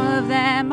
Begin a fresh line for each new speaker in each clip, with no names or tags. time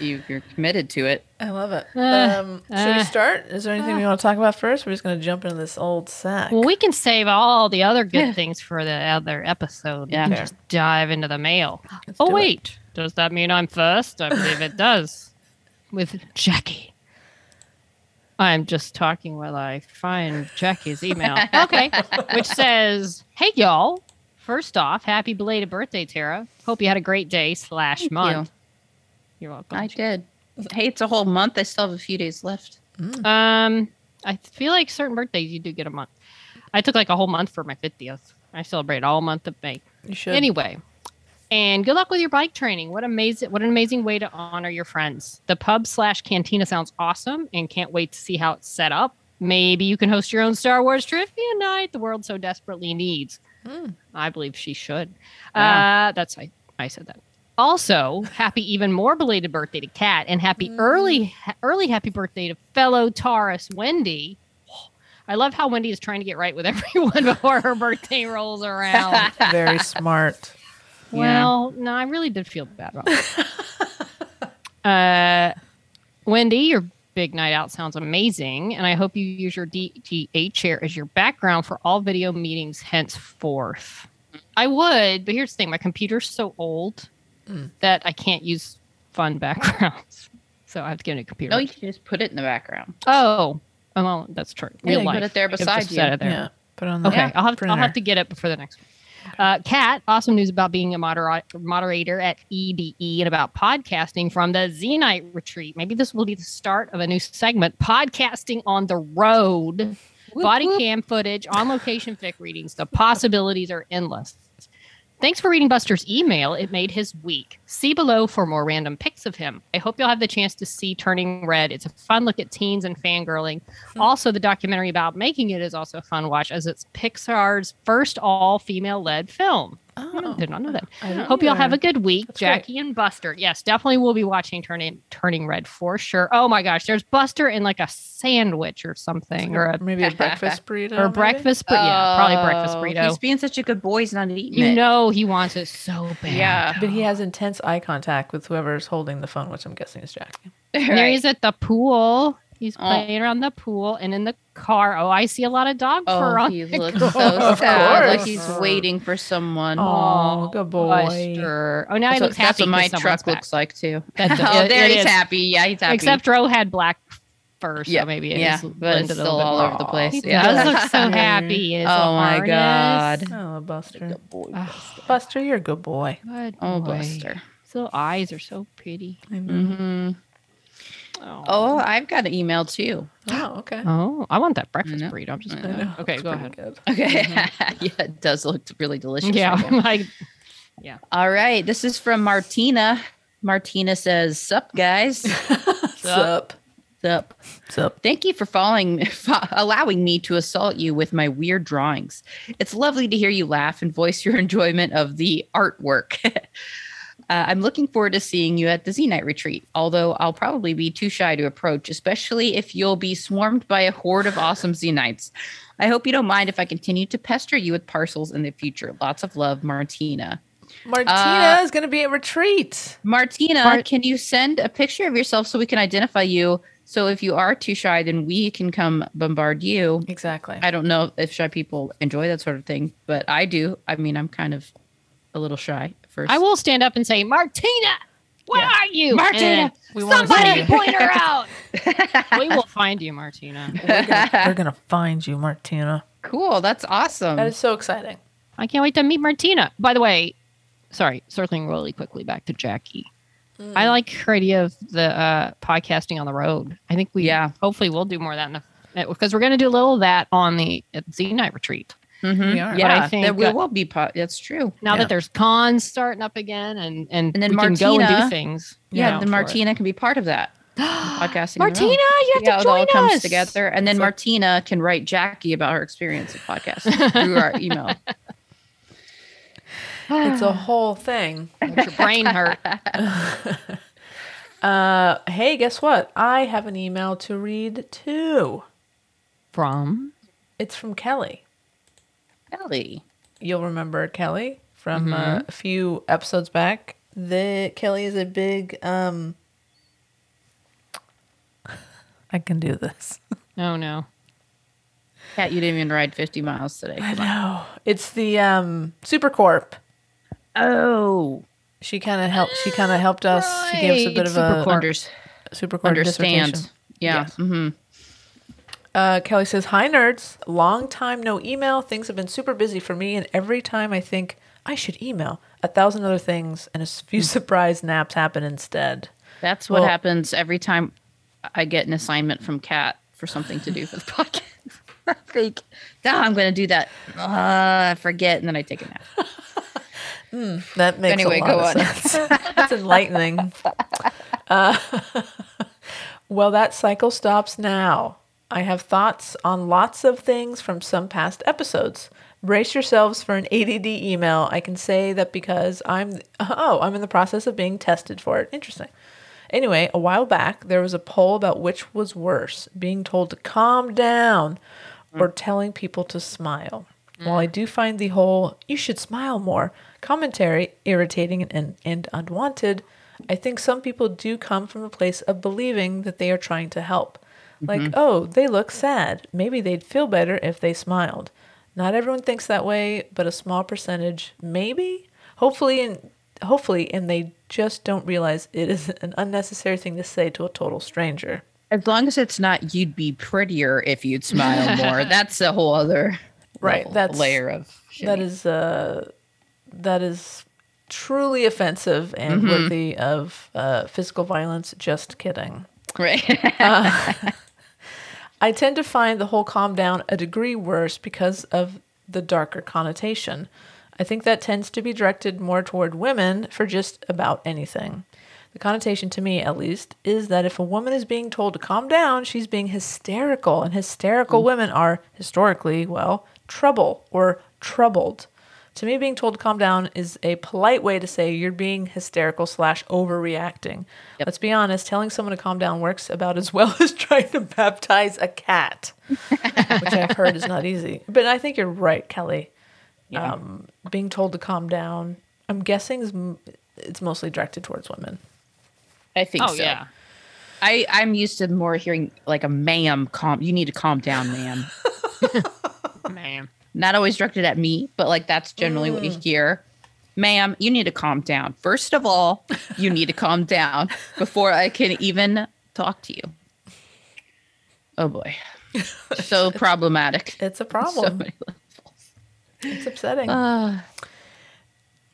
you, you're committed to it.
I love it.
Uh,
um, should we
uh,
start? Is there anything we want to talk about first? We're just going to jump into this old sack.
Well, we can save all the other good things for the other episode.
Yeah.
and just dive into the mail.
Let's
oh
do it.
wait, does that mean I'm first? I believe it does. With Jackie. I'm just talking while I find Jackie's email. okay, which says, "Hey y'all. First off, happy belated birthday, Tara. Hope you had a great day slash month. You. are welcome.
I did. Hey, it's a whole month. I still have a few days left.
Um, I feel like certain birthdays you do get a month. I took like a whole month for my 50th. I celebrate all month of May.
You should.
Anyway, and good luck with your bike training. What amazing! What an amazing way to honor your friends. The pub slash cantina sounds awesome, and can't wait to see how it's set up. Maybe you can host your own Star Wars trivia night. The world so desperately needs. I believe she should. Uh, that's I. I said that. Also, happy even more belated birthday to Kat, and happy early ha- early happy birthday to fellow Taurus Wendy. I love how Wendy is trying to get right with everyone before her birthday rolls around.
Very smart.
Yeah.
Well, no, I really did feel bad about that. uh, Wendy, your big night out sounds amazing, and I hope you use your DGA chair as your background for all video meetings henceforth. I would, but here's the thing: my computer's so old
Mm.
that I can't use fun backgrounds, so I have to get a new computer.
No, you can just put it in the background.
oh, oh, well, that's true.
Yeah,
Real
you put
life.
it there
I could've
beside
just
you.
set it there.
Um, Yeah. Put it on the
Okay, I'll have I'll
printer.
have to get it before the next one. Uh, Kat, awesome news about being a moderator moderator at EDE and about podcasting from the Zenite retreat. Maybe this will be the start of a new segment: podcasting on the road, body cam footage, on location fic readings. The possibilities are endless. Thanks for reading Buster's email. It made his week. See below for more random pics of him. I hope you'll have the chance to see Turning Red. It's a fun look at teens and fangirling.
Mm.
Also, the documentary about making it is also a fun watch as it's Pixar's first all female led film.
Oh.
Did not know that.
I didn't
Hope you'll have
either.
a good week,
That's great.
Jackie and Buster. Yes, definitely we'll be watching Turning Turning Red for sure. Oh my gosh, there's Buster in like a sandwich or something or a
maybe a breakfast burrito.
or
maybe?
breakfast, but yeah, probably breakfast
Oh,
burrito.
He's being such a good boy. He's not eating
You
it.
know he wants it so bad.
Yeah.
But he has intense eye contact with whoever's holding the phone, which I'm guessing is Jackie.
And There he's at the pool. He's
Oh.
playing around the pool and in the car. Oh, I see a lot of dog fur
Oh,
on
he
the
looks
car.
so
Of
sad. Like
course.
he's waiting for someone.
Oh, good boy.
Buster. Oh, now
That's,
he
what-
looks
that's
happy.
what my
'cause someone's
truck
back.
looks like too.
That does-
oh,
it-
there
it
he's
is.
happy. Yeah, he's happy.
Except Ro had black fur, so
yeah,
maybe it
yeah,
is
but it's
blended a
still
little bit
all
more.
over the place.
He
yeah.
does look so happy. in his
Oh my
harness.
God.
Oh, Buster.
Oh,
Buster, you're a good boy.
good
Oh,
boy.
Buster.
His little eyes are so pretty.
Mm-hmm.
hmm
Oh,
Oh, I've got an email too.
Oh, okay.
Oh, I want that breakfast
I know.
burrito. I'm just
I
gonna.
know,
Okay,
it's
go
pretty
ahead.
good.
Okay. yeah, it does look really delicious.
Yeah,
right now.
like
All right. This is from Martina. Martina says, Sup, guys.
Sup.
Sup.
Sup.
Thank you for following, fo- allowing me to assault you with my weird drawings. It's lovely to hear you laugh and voice your enjoyment of the artwork. uh, I'm looking forward to seeing you at the Z Night retreat, although I'll probably be too shy to approach, especially if you'll be swarmed by a horde of awesome Z Knights. I hope you don't mind if I continue to pester you with parcels in the future. Lots of love, Martina.
Martina
Uh,
is going to be at retreat.
Martina,
Mart-
can you send a picture of yourself so we can identify you So if you are too shy, then we can come bombard you.
Exactly.
I don't know if shy people enjoy that sort of thing, but I do. I mean, I'm kind of a little shy at first.
I will stand up and say, Martina, where
Yeah.
are you?
Martina,
And
we wanna see
somebody
you.
point her out. we will find you, Martina.
We're gonna, we're gonna find you, Martina.
Cool. That's awesome.
That is so exciting.
I can't wait to meet Martina. By the way, sorry, circling really quickly back to Jackie. I like her idea of the uh, podcasting on the road. I think we,
Yeah.
hopefully, we'll do more of that in the because we're going to do a little of that on the at Z Night Retreat.
Mhm.
We are.
Yeah,
But I
that
think,
we
uh,
will be. Po- that's true.
Now
Yeah.
that there's cons starting up again, and and,
And then
we can go and do
Martina-
things. you
Yeah,
know,
the
for it.
Martina can be part of that podcasting. on her own.
Martina, you have
yeah,
to
it
join
all
us.
comes together, and then
It's like-
Martina can write Jackie about her experience of podcast through our email.
It's a whole thing.
Makes your brain hurt.
Uh, hey, guess what? I have an email to read too.
From
It's from Kelly.
Ellie,
You'll remember Kelly from
Mm-hmm.
uh, a few episodes back. The Kelly is a big. um I can do this.
oh no,
Kat, you didn't even ride 50 miles today.
I know. It's the um Supercorp.
Oh,
She kind of helped. She kind of helped us. She gave us a bit of
Right,
a
Supercorp.
Unders-
Supercorp dissertation.
understand. Yeah.
Yes.
Mm-hmm.
Uh, Kelly says, "Hi nerds, long time no email. Things have been super busy for me, and every time I think I should email, a thousand other things and a
Mm.
few surprise naps happen instead.
That's what
Well-
happens every time I get an assignment from Kat for something to do for the podcast. I think, "Ah, I'm going to do that. Ah, I forget, and then I take a nap.
That makes
Anyway,
a lot
go
of
on.
sense. That's enlightening. Uh, well, that cycle stops now. I have thoughts on lots of things from some past episodes. Brace yourselves for an ADD email. I can say that because I'm oh, I'm in the process of being tested for it. Interesting. Anyway, a while back there was a poll about which was worse, being told to calm down
Mm.
or telling people to smile. While I do find the whole you should smile more commentary irritating and, and unwanted, I think some people do come from a place of believing that they are trying to help. Like, oh, they look sad. Maybe they'd feel better if they smiled. Not everyone thinks that way, but a small percentage maybe. Hopefully and hopefully and they just don't realize it is an unnecessary thing to say to a total stranger.
As long as it's not, you'd be prettier if you'd smile more. That's a whole other
Right,
level-
that's-
layer of shitty.
That is uh that is truly offensive and worthy of uh, physical violence. Just kidding.
right.
I tend to find the whole calm down a degree worse because of the darker connotation. I think that tends to be directed more toward women for just about anything. The connotation, to me at least, is that if a woman is being told to calm down, she's being hysterical, and hysterical women are historically, well, trouble or troubled. To me, being told to calm down is a polite way to say you're being hysterical slash overreacting. Let's be honest, telling someone to calm down works about as well as trying to baptize a cat, which I've heard is not easy. But I think you're right, Kelly. Um, being told to calm down, I'm guessing is m- it's mostly directed towards women.
I think
oh
so.
yeah,
I, I'm used to more hearing like a ma'am calm. You need to calm down, ma'am.
man.
Not always directed at me, but like that's generally what you
Mm.
hear. Ma'am, you need to calm down. First of all, you need to calm down before I can even talk to you. Oh boy. So problematic.
It's a
So
problem.
many-
It's upsetting.
Ah.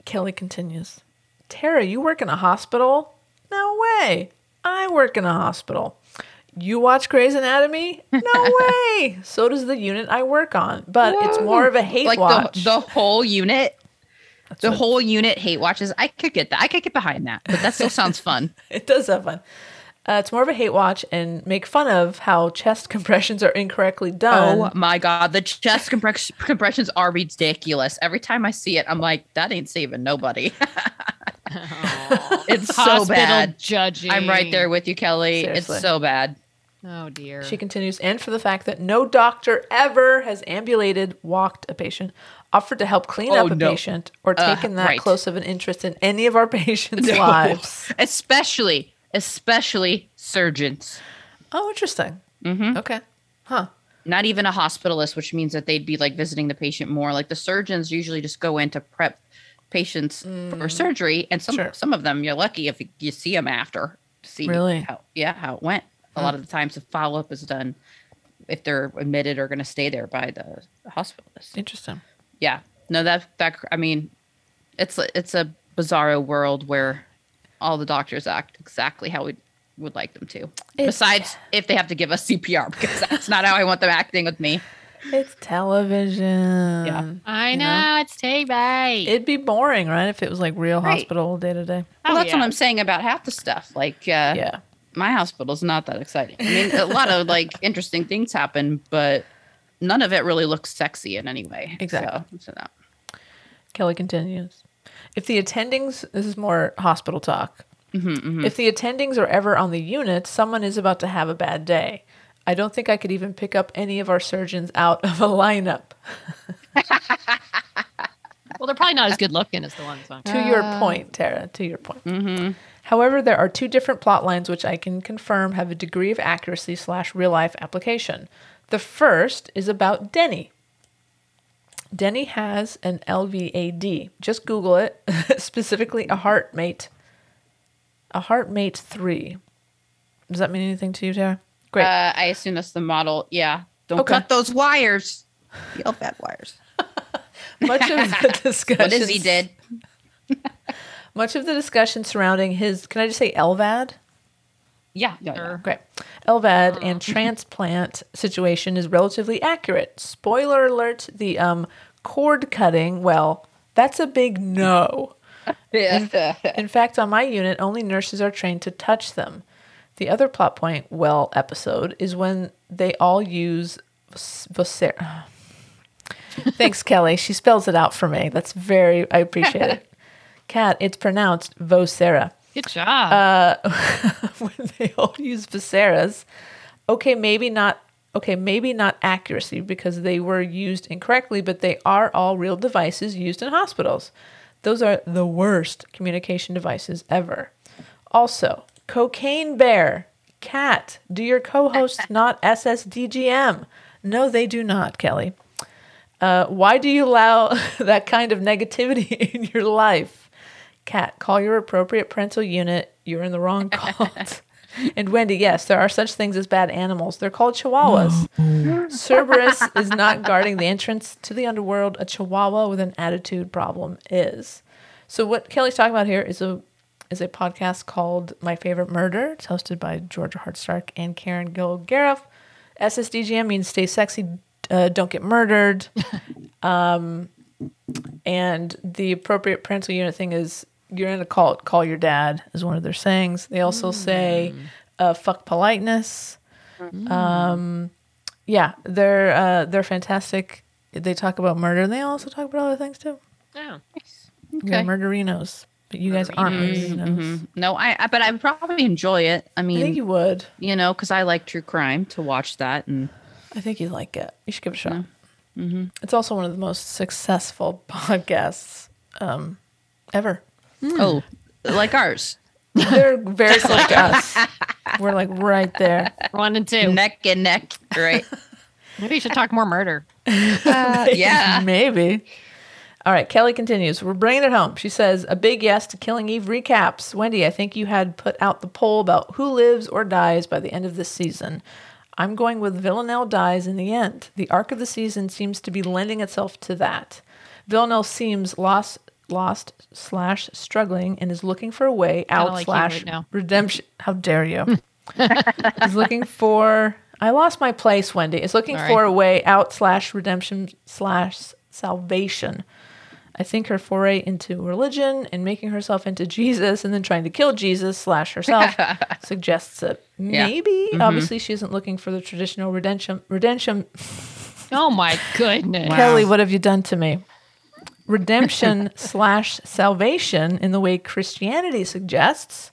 Kelly continues Tara, you work in a hospital? No way. I work in a hospital. You watch Grey's Anatomy? No way. So does the unit I work on, but it's more of a hate
like
watch.
the, the whole unit. the
what-
whole unit hate watches. I could get that. I could get behind that, but that still sounds fun.
it does have fun. Uh, it's more of a hate watch and make fun of how chest compressions are incorrectly done.
Oh my god, the chest compress- compressions are ridiculous. Every time I see it, I'm like, that ain't saving nobody. it's so
Hospital
bad.
Judging.
I'm right there with you, Kelly.
Seriously.
It's so bad.
Oh dear.
She continues, and for the fact that no doctor ever has ambulated, walked a patient, offered to help clean
Oh,
up a
no. Uh,
patient, or taken that
right.
close of an interest in any of our patients' lives.
especially, especially surgeons.
Oh, interesting.
hmm
Okay. Huh.
Not even a hospitalist, which means that they'd be like visiting the patient more. Like the surgeons usually just go in to prep patients for surgery, and some
Mm. Sure.
some of them you're lucky if you see them after to see
Really?
how yeah how it went. A lot of the times, the follow up is done if they're admitted or going to stay there by the hospitalist.
Interesting.
yeah no that that i mean it's a- it's a bizarro world where all the doctors act exactly how we would like them to besides if they have to give us cpr because that's not how i want them acting with me
It's television.
I
You
know,
know?
it's take back.
It'd be boring, right? If it was like real
Right.
hospital day to day.
Oh,
well, that's
yeah.
what i'm saying about half the stuff like uh,
Yeah.
my hospital's not that exciting i mean a lot of like interesting things happen but none of it really looks sexy in any way
Exactly.
so, so no.
Kelly continues. If the attendings, this is more hospital talk. If the attendings are ever on the unit, someone is about to have a bad day. I don't think I could even pick up any of our surgeons out of a lineup.
Well, they're probably not as good looking as the ones on.
To your
Uh,
point, Tara, to your point.
Mm-hmm.
However, there are two different plot lines which I can confirm have a degree of accuracy slash real life application. The first is about Denny. Denny has an LVAD. Just Google it, specifically a heartmate. A heartmate 3. Does that mean anything to you, Tara? Great.
uh, i assume that's the model yeah don't
Okay.
cut those wires yellow fat wires
Much of the discussion.
what is he did
Much of the discussion surrounding his, can I just say LVAD?
Yeah. yeah, yeah.
Sure.
Great. LVAD and transplant situation is relatively accurate. Spoiler alert, the um, cord cutting, well, that's a big no. In fact, on my unit, only nurses are trained to touch them. The other plot point, well, episode, is when they all use Vocera. Thanks, Kelly. She spells it out for me. That's very, I appreciate it. Kat, it's pronounced Vocera
Good job.
when they all use Viserys, okay, maybe not okay, maybe not accuracy because they were used incorrectly, but they are all real devices used in hospitals. Those are the worst communication devices ever. Also, cocaine bear, cat, do your co-hosts not SSDGM? No, they do not, Kelly. Uh, why do you allow that kind of negativity in your life? Kat, call your appropriate parental unit. You're in the wrong cult. and Wendy, yes, there are such things as bad animals. They're called chihuahuas. Cerberus is not guarding the entrance to the underworld. A chihuahua with an attitude problem is. So what Kelly's talking about here is a is a podcast called My Favorite Murder. It's hosted by Georgia Hardstark and Karen Gilgareff. SSDGM means stay sexy, uh, don't get murdered and the appropriate parental unit thing is you're in a cult, call your dad is one of their sayings. They also say uh, fuck politeness. Um, yeah, they're uh, they're fantastic. They talk about murder and they also talk about other things too.
Yeah.
we are murderinos, but you guys aren't murderinos.
No, I, I. But I would probably enjoy it. I
I
mean,
think
you,
you would.
know, because I like true crime to watch that, and
I think you'd like it. You should give it a shot. It's also one of the most successful podcasts um, ever.
Hmm.
oh, like ours,
They're very like us. We're like right there.
One and two.
neck and neck, right?
Maybe you should talk more murder.
yeah.
Maybe. All right. Kelly continues. We're bringing it home. She says, A big yes to Killing Eve recaps. Wendy, I think you had put out the poll about who lives or dies by the end of this season. I'm going with Villanelle dies in the end. The arc of the season seems to be lending itself to that. Villanelle seems lost, lost slash struggling and is looking for a way out
like you
slash
right now.
redemption. How dare you? is looking for I lost my place, Wendy. Is looking
Sorry.
for a way out slash redemption slash salvation. I think her foray into religion and making herself into Jesus and then trying to kill Jesus slash herself suggests it. Maybe obviously she isn't looking for the traditional redemption redemption
Oh my goodness.
Kelly, what have you done to me? Redemption slash salvation in the way Christianity suggests.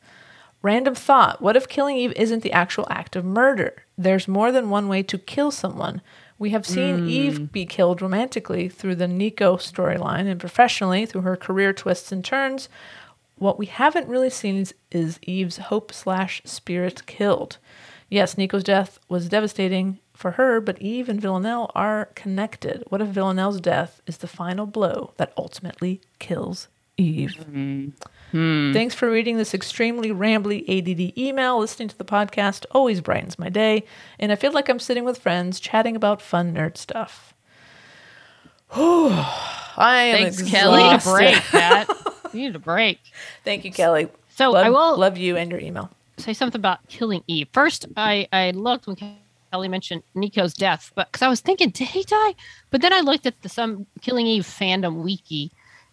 Random thought. What if killing Eve isn't the actual act of murder? There's more than one way to kill someone. We have seen Eve be killed romantically through the Nico storyline and professionally through her career twists and turns. What we haven't really seen is, is Eve's hope slash spirit killed. Yes, Nico's death was devastating for her, but Eve and Villanelle are connected. What if Villanelle's death is the final blow that ultimately kills Eve? Thanks for reading this extremely rambly ADD email. Listening to the podcast always brightens my day, and I feel like I'm sitting with friends chatting about fun nerd stuff. I am
Thanks, Kelly.
You need a
exhausted.
break, Kat. you need a break.
Thank you, Kelly.
So
love,
I will
love you and your email.
say something about killing Eve. First, I, I looked when Kelly mentioned Nico's death, but because I was thinking, did he die? But then I looked at the some Killing Eve fandom wiki.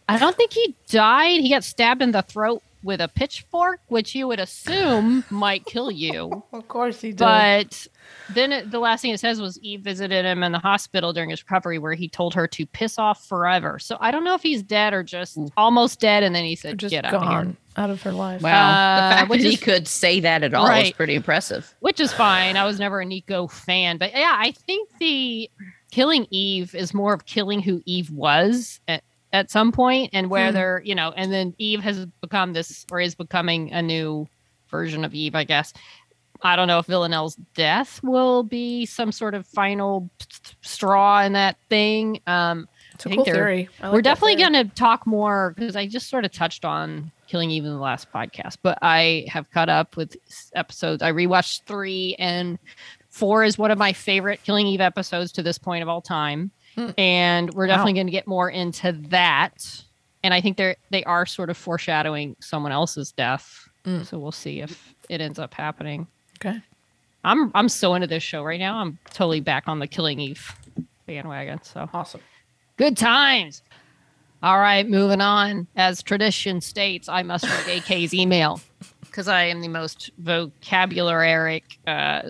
I don't think he died. He got stabbed in the throat with a pitchfork, which you would assume might kill you.
Of course he did.
But then it, the last thing it says was Eve visited him in the hospital during his recovery, where he told her to piss off forever. So I don't know if he's dead or just almost dead, and then he said,
just
"Get out of here."
gone out of her life.
Wow.
Uh,
the fact
which
that he
is-
could say that at all is
Right.
pretty impressive.
which is fine. I was never a Nico fan, but yeah, I think the killing Eve is more of killing who Eve was at, at some point, and whether you know, and then Eve has become this or is becoming a new version of Eve, I guess. I don't know if Villanelle's death will be some sort of final s- straw in that thing. Um,
It's a
I think
cool
they're-
theory. I like
we're
that
definitely
theory.
going to talk more because I just sort of touched on Killing Eve in the last podcast, but I have caught up with s- episodes. I rewatched three, and four is one of my favorite Killing Eve episodes to this point of all time.
Hmm.
And we're definitely going to get more into that. And I think they're they are sort of foreshadowing someone else's death,
Mm.
so we'll see if it ends up happening.
Okay.
I'm I'm so into this show right now. I'm totally back on the Killing Eve bandwagon. So
Awesome.
Good times. All right, moving on. As tradition states, I must read AK's email because I am the most vocabularic. Uh,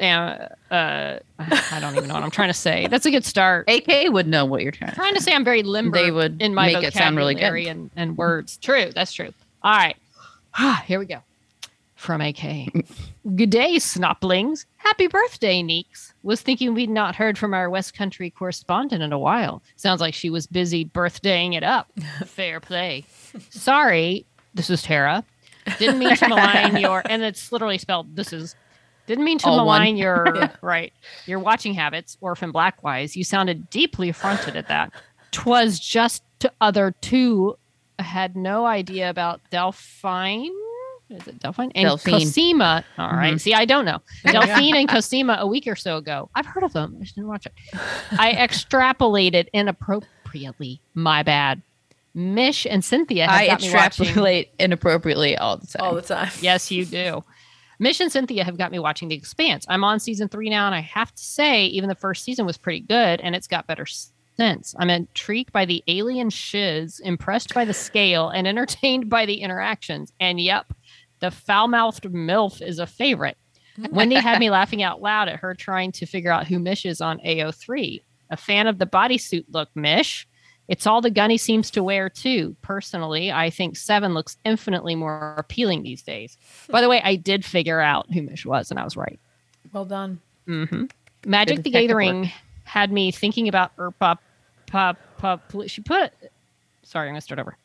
uh, uh, I don't even know what I'm trying to say. That's a good start.
AK would know what you're trying to
trying to say I'm very limber
They would
in my
make
vocabulary
it sound really good.
And, and words. True, that's true. All right, Ah, here we go. From AK. Good day, Snoplings. Happy birthday, Neeks. Was thinking we'd not heard from our West Country correspondent in a while. Sounds like she was busy birthdaying it up. Fair play. Sorry, this is Tara. Didn't mean to malign your, and it's literally spelled this is. Didn't mean to
All one.
malign your right your watching habits, Orphan Blackwise. You sounded deeply affronted at that. Twas just to other two had no idea about Delphine. Is it Delphine? And
Delphine. Mm-hmm.
Cosima. All right. See, I don't know.
Yeah.
Delphine and Cosima a week or so ago. I've heard of them. I just didn't watch it. I extrapolated inappropriately. My bad. Mish and Cynthia have
I
got me watching.
extrapolate inappropriately all the time.
All the time.
Yes, you do. Mish and Cynthia have got me watching The Expanse. I'm on season three now, and I have to say, even the first season was pretty good, and it's got better s- since. I'm intrigued by the alien shiz, impressed by the scale, and entertained by the interactions. And yep, the foul mouthed MILF is a favorite. Wendy had me laughing out loud at her trying to figure out who Mish is on AO3. A fan of the bodysuit look, Mish. It's all the gunny seems to wear, too. Personally, I think Seven looks infinitely more appealing these days.
Hmm.
By the way, I did figure out who Mish was, and I was right.
Well done.
hmm Magic
Good
the
detective
Gathering had me thinking about er, Urpa. Pop, pop, she put. Sorry, I'm going to start over.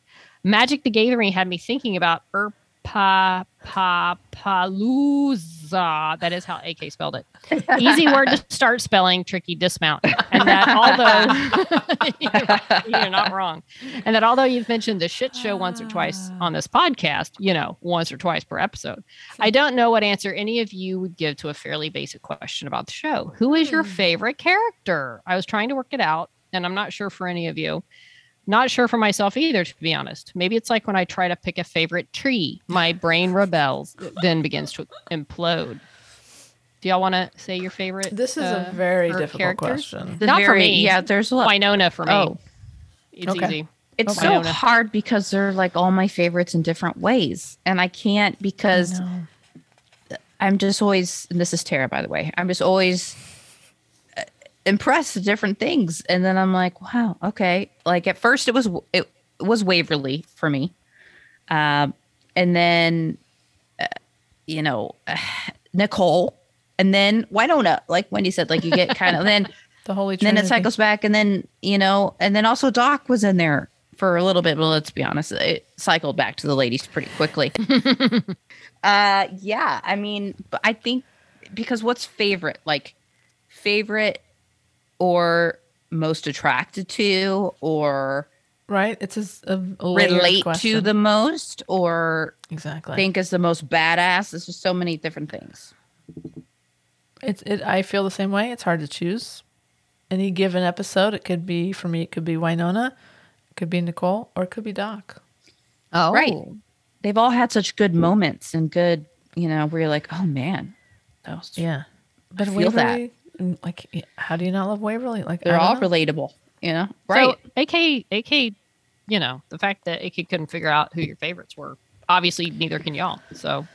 Magic the Gathering had me thinking about er, Urpa. Papalooza. That is how AK spelled it. Easy word to start spelling, tricky dismount. And that although you're, you're not wrong. And that although you've mentioned the shit show once or twice on this podcast, you know, once or twice per episode, I don't know what answer any of you would give to a fairly basic question about the show. Who is
Hmm.
your favorite character? I was trying to work it out, and I'm not sure for any of you. Not sure for myself either, to be honest. Maybe it's like when I try to pick a favorite tree, my brain rebels, then begins to implode. Do y'all want to say your favorite?
This is
uh,
a very
or
difficult
characters?
question.
The
Not for
very-
me.
Yeah, there's a lot.
Winona for me.
Oh.
It's
Okay.
easy.
It's
Okay.
so
Winona.
hard because they're like all my favorites in different ways. And I can't because
No.
I'm just always, and this is Tara, by the way, I'm just always uh, impressed with different things. And then I'm like, wow, okay. Like at first it was, it was Waverly for me. Um, and then, uh, you know, Nicole and then Winona, like Wendy said, like you get kind of, then
The Holy
and
Trinity.
then it cycles back and then you know and then also doc was in there for a little bit but let's be honest it cycled back to the ladies pretty quickly uh yeah i mean but i think because what's favorite? Like favorite or most attracted to or
right? It's a, a layered
relate to
question.
the most or
exactly.
think is the most badass. There's just so many different things.
It's it. I feel the same way. It's hard to choose. Any given episode, it could be for me. It could be Winona, it could be Nicole, or it could be Doc.
Oh,
Right. They've all had such good moments and good, you know, where you're like, oh man, that was,
Yeah, but
feel that.
Waverly, mm, like, y- how do you not love Waverly? Like, I
they're
don't
all
know.
relatable, you know?
Right. So, AK, AK, you know, the fact that AK couldn't figure out who your favorites were, obviously neither can y'all. So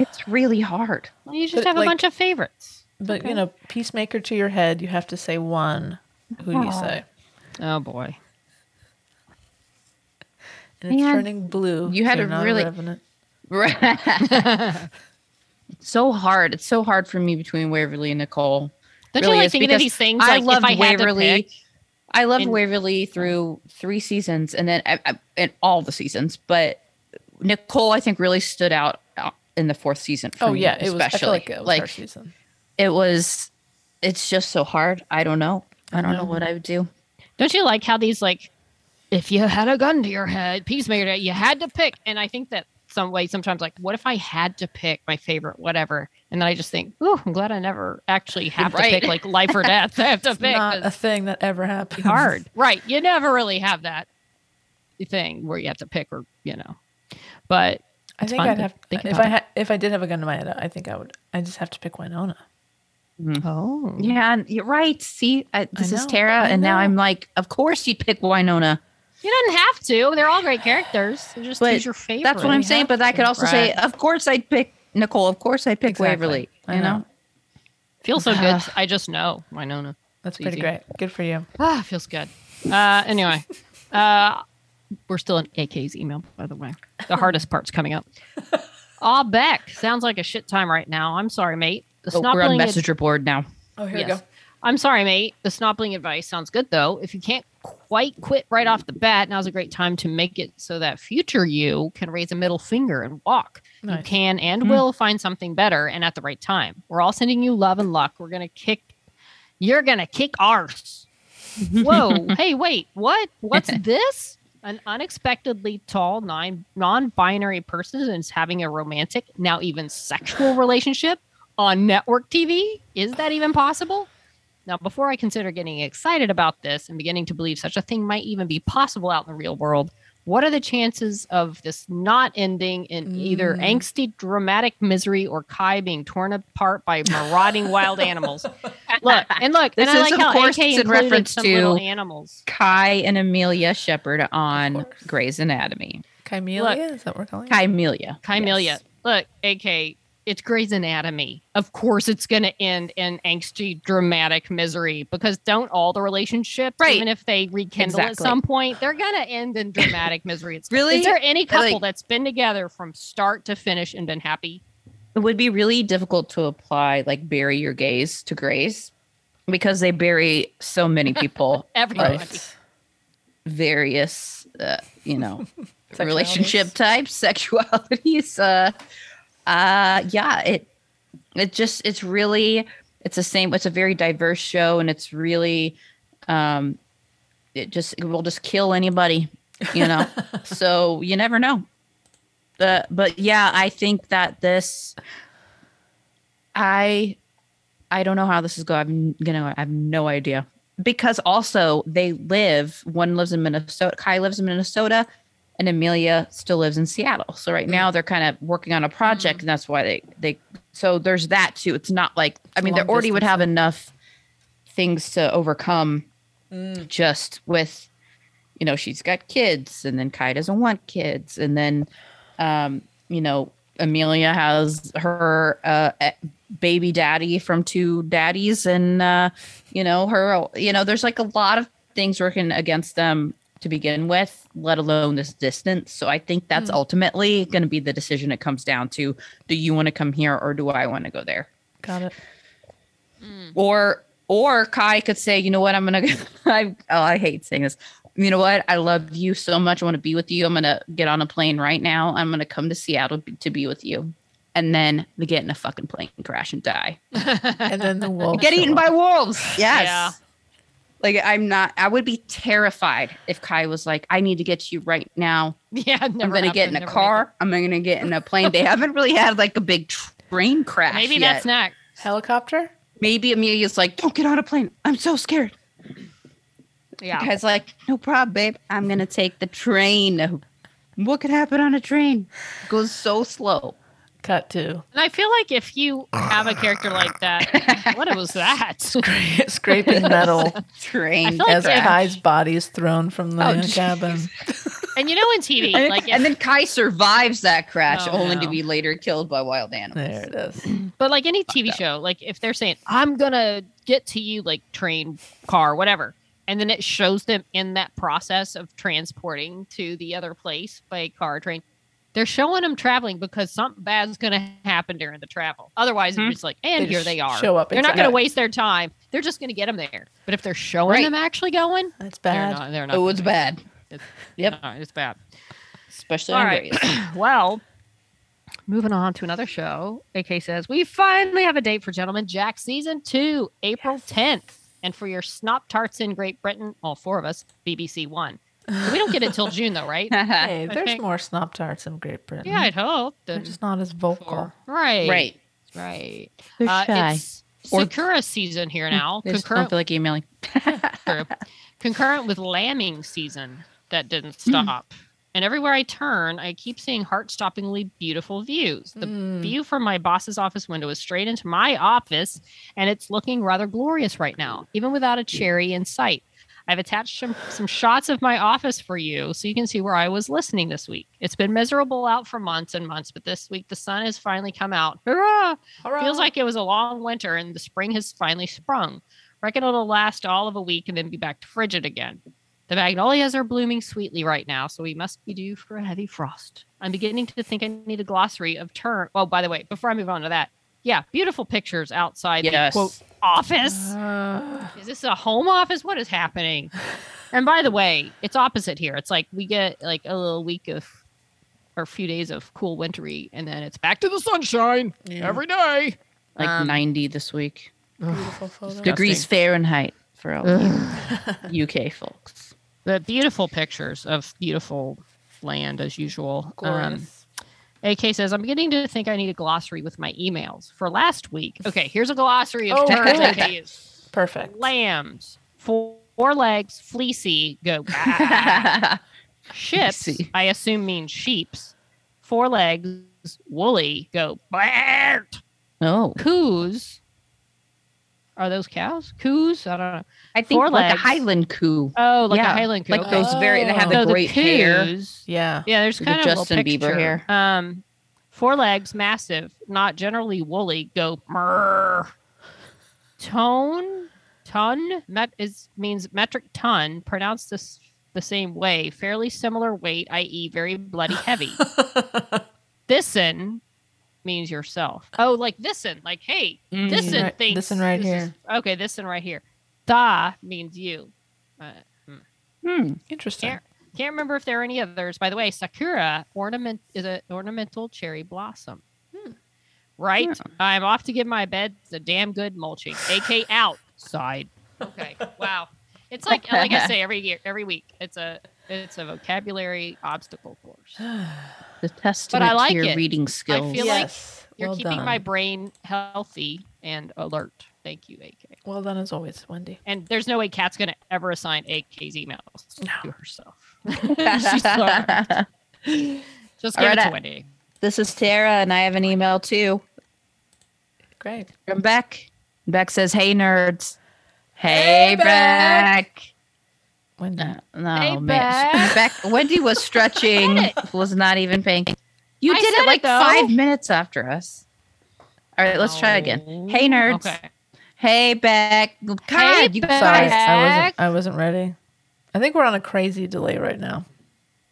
It's really hard.
well, you just
But,
have
like-
a bunch of favorites.
But you know, peacemaker to your head, you have to say one. Who do you say?
Oh boy.
And it's
Man.
turning blue.
You had
so
a
not
really-
revenant.
so hard. It's so hard for me between Waverly and Nicole.
Don't
Really
you like
is
thinking of
because
these things? Like if I had to pick,
I loved
and-
Waverly through three seasons, and then I, I, and all the seasons. But Nicole, I think, really stood out out in the fourth season. For
Oh
me,
yeah, it was. I feel
especially
like it was like, our season.
it was. It's just so hard. I don't know. I don't know what I would do.
don't you like how these like if you had a gun to your head, peacemaker, you had to pick. And I think that some way sometimes like, what if I had to pick my favorite, whatever? And then I just think, ooh, I'm glad I never actually have
Right.
to pick like life or death. I have to pick.
Not
'cause-
a thing that ever happened.
hard. right. You never really have that thing where you have to pick or, you know. But
I think
fun
I'd
to
have
think
if
about
I
it.
had if I did have a gun to my head. I think I would. I just have to pick Winona.
oh.
Yeah, and you're right. See, I, this is
know,
Tara,
I
and now
know.
I'm like, of course you'd pick Winona.
You don't have to. They're all great characters. You just
But
choose your favorite.
That's what I'm
You
saying.
have
But I
to,
could also say,
right.
of course I'd pick Nicole. Of course I'd pick
Exactly.
Waverly.
I
you
know.
know?
Feels so good. I just know Winona.
That's
It's
pretty
easy.
great. Good for you.
Ah, feels good. Uh, anyway, uh, we're still in AK's email, by the way. The hardest part's coming up. Aw, Beck. Sounds like a shit time right now. I'm sorry, mate. The
Oh, we're on
snobbling ad-
messenger board now.
Oh, here
Yes. I'm sorry, mate. The snoppling advice sounds good, though. If you can't quite quit right off the bat, now's a great time to make it so that future you can raise a middle finger and walk. You
Nice.
can and will find something better and at the right time. We're all sending you love and luck. We're going to kick, you're going to kick ours. Whoa. hey, wait. What? What's this? An unexpectedly tall nine non-binary person is having a romantic, now even sexual relationship on network TV? Is that even possible? Now, before I consider getting excited about this and beginning to believe such a thing might even be possible out in the real world, what are the chances of this not ending in either
Mm.
angsty dramatic misery or Kai being torn apart by marauding wild animals? Look and look,
This
and I
is,
like
of
how
course,
AK
in
included
reference
some
to-
little animals.
Kai and Amelia Shepard on
course.
Grey's Anatomy.
Chimelia, is that what we're calling? it?
Kymelia.
Chimelia. Look, AK, it's Grey's Anatomy. Of course, it's going to end in angsty, dramatic misery because don't all the relationships,
Right.
even if they rekindle at
Exactly.
some point, they're going to end in dramatic misery. It's,
Really?
Is there any couple
Like-
that's been together from start to finish and been happy?
It would be really difficult to apply like bury your gaze to Grey's because they bury so many people,
Everybody.
Right.
various, uh, you know,
Sexualities.
relationship types, sexualities. Uh, uh, yeah, it it just it's really it's the same. It's a very diverse show, and it's really um, it just it will just kill anybody, you know. so you never know. Uh, but yeah, I think that this, I, I don't know how this is going. I'm gonna. I have no idea because also they live. One lives in Minnesota. Kai lives in Minnesota, and Amelia still lives in Seattle. So right
Mm.
now they're kind of working on a project, and that's why they they. So there's that too. It's not like I mean they
long
already would
distance.
have enough things to overcome
Mm.
just with you know she's got kids and then kai doesn't want kids and then um you know amelia has her uh eh, baby daddy from two daddies and uh you know her you know there's like a lot of things working against them to begin with let alone this distance so i think that's ultimately going to be the decision it comes down to do you want to come here or do i want to go there
Got it.
or or Kai could say, you know what, I'm gonna. I oh, I hate saying this. You know what? I love you so much. I want to be with you. I'm gonna get on a plane right now. I'm gonna come to Seattle b- to be with you. and then they get in a fucking plane crash and die.
And then the
Oh,
wolves
Get
show
eaten
up.
by wolves. Yes.
Yeah.
Like I'm not I would be terrified if Kai was like, I need to get to you right now.
yeah, never
I'm gonna get
happened,
in a
never
car. I'm gonna get in a plane. they haven't really had like a big train crash.
happened. Maybe
yet.
that's next.
helicopter.
maybe Amelia's like, Don't get on a plane. I'm so scared.
Yeah.
Kai's like, No problem, babe. I'm gonna take the train. What could happen on a train? It goes so slow.
Cut to
And I feel like if you have a character like that, what was that?
scraping metal
I
Train.
feel like
as
they-
crash.
Kai's body is thrown from the
Oh, jeez.
cabin.
and you know, in TV,
and,
like,
and
if-
then Kai survives that crash,
Oh,
only to
no.
be later killed by wild animals.
There it is.
but like any TV show, like if they're saying, I'm gonna get to you, like train, car, whatever, and then it shows them in that process of transporting to the other place by car, train. They're showing them traveling because something bad's going to happen during the travel. Otherwise,
Mhm.
it's just like, and
They
here
just
they are.
show up
They're not going
exactly.
to waste their time. They're just going to get them there. But if they're showing
Right.
them actually going,
That's
they're
bad.
not. They're not.
It
gonna
was
do
bad, Yep.
No, it's bad.
especially
All
on
right.
Grace.
Well, moving on to another show. AK says, We finally have a date for Gentleman Jack season two, April 10th. And for your snop tarts in Great Britain, all four of us, BBC One. So we don't get it till June, though, right?
Hey,
I
there's
think-
more snop tarts in Great Britain.
yeah, I'd hope.
they're
that-
just not as vocal.
right.
right.
Right.
They're
Uh,
shy.
it's
Or-
Sakura season here now.
I just don't
Concurrent,
feel like emailing.
group, concurrent with lambing season that didn't
Hmm.
stop. And everywhere I turn, I keep seeing heart-stoppingly beautiful views. The
Mm.
view from my boss's office window is straight into my office, and it's looking rather glorious right now, even without a cherry in sight. I've attached some, some shots of my office for you so you can see where I was listening this week. It's been miserable out for months and months, but this week the sun has finally come out. Hurrah! Feels like it was a long winter and the spring has finally sprung. Reckon it'll last all of a week and then be back to frigid again. The magnolias are blooming sweetly right now, so we must be due for a heavy frost. I'm beginning to think I need a glossary of term. Oh, by the way, before I move on to that, yeah, beautiful pictures outside
Yes.
the quote office.
Uh,
Is this a home office? What is happening? And by the way, it's opposite here. It's like we get like a little week of or a few days of cool wintry, and then it's back to the sunshine
Yeah.
every day.
Like
Um,
90 this week.
beautiful photo.
Disgusting.
Degrees Fahrenheit for all
Ugh.
you UK folks.
But beautiful pictures of beautiful land as usual. Um,
Glorious.
AK says, I'm beginning to think I need a glossary with my emails for last week. Okay, here's a glossary of
Oh,
terms.
good.
AK is
Perfect.
lambs, four legs, fleecy, go. Ah. Ships,
Fleecy.
I assume means sheeps. Four legs, woolly, go. Blurt.
no.
Coos. Are those cows? Coos? I don't know.
I think
Four
like a
legs.
Highland coup.
Oh, like
Yeah,
a Highland coo.
Like
okay.
those very, they have
Oh.
the
So
great hair.
coos-
Yeah.
Yeah, there's
The
kind of a little
Justin Bieber
picture.
hair.
Um, four legs, massive, not generally woolly. Go murr. Tone, ton, met is means metric ton. Pronounced this the same way. Fairly similar weight, i.e., very bloody heavy. This'n means yourself. Oh, like this'n, like hey,
Hmm.
Mm.
this'n
Right-
thinks
this'n right
this is-
here.
okay, this'n right here. Tha means you. Uh,
Hmm.
Interesting.
Here. can't remember if there are any others. By the way, sakura ornament is an ornamental cherry blossom.
Hmm.
Right?
Yeah.
I'm off to give my bed the damn good mulching. AK outside. Okay. Wow. It's like like I say every year, every week. It's a it's a vocabulary obstacle course.
The testament
like
to your
it.
reading skills.
feel like
yes.
You're
well
keeping
done.
my brain healthy and alert. Thank you, AK.
well done as always, Wendy.
And there's no way Kat's gonna ever assign AK's emails to
No.
herself. She's sorry. Just give
All
it
right,
to
I-
Wendy.
this is Tara, and I have an email too
Great.
from Beck. Beck says, "Hey nerds, hey,
Hey, Beck.
Beck."
Wendy.
No,
Hey,
no, man.
Beck.
Beck. Wendy was stretching, was not even paying. You
I
did
said
it
it,
like
though.
five minutes after us. All right, let's try again. Hey, nerds.
Oh. Okay.
Hey, Beck. God,
Hey,
you
Beck.
Sorry,
guys.
I
Heck.
wasn't. I wasn't ready. I think we're on a crazy delay right now.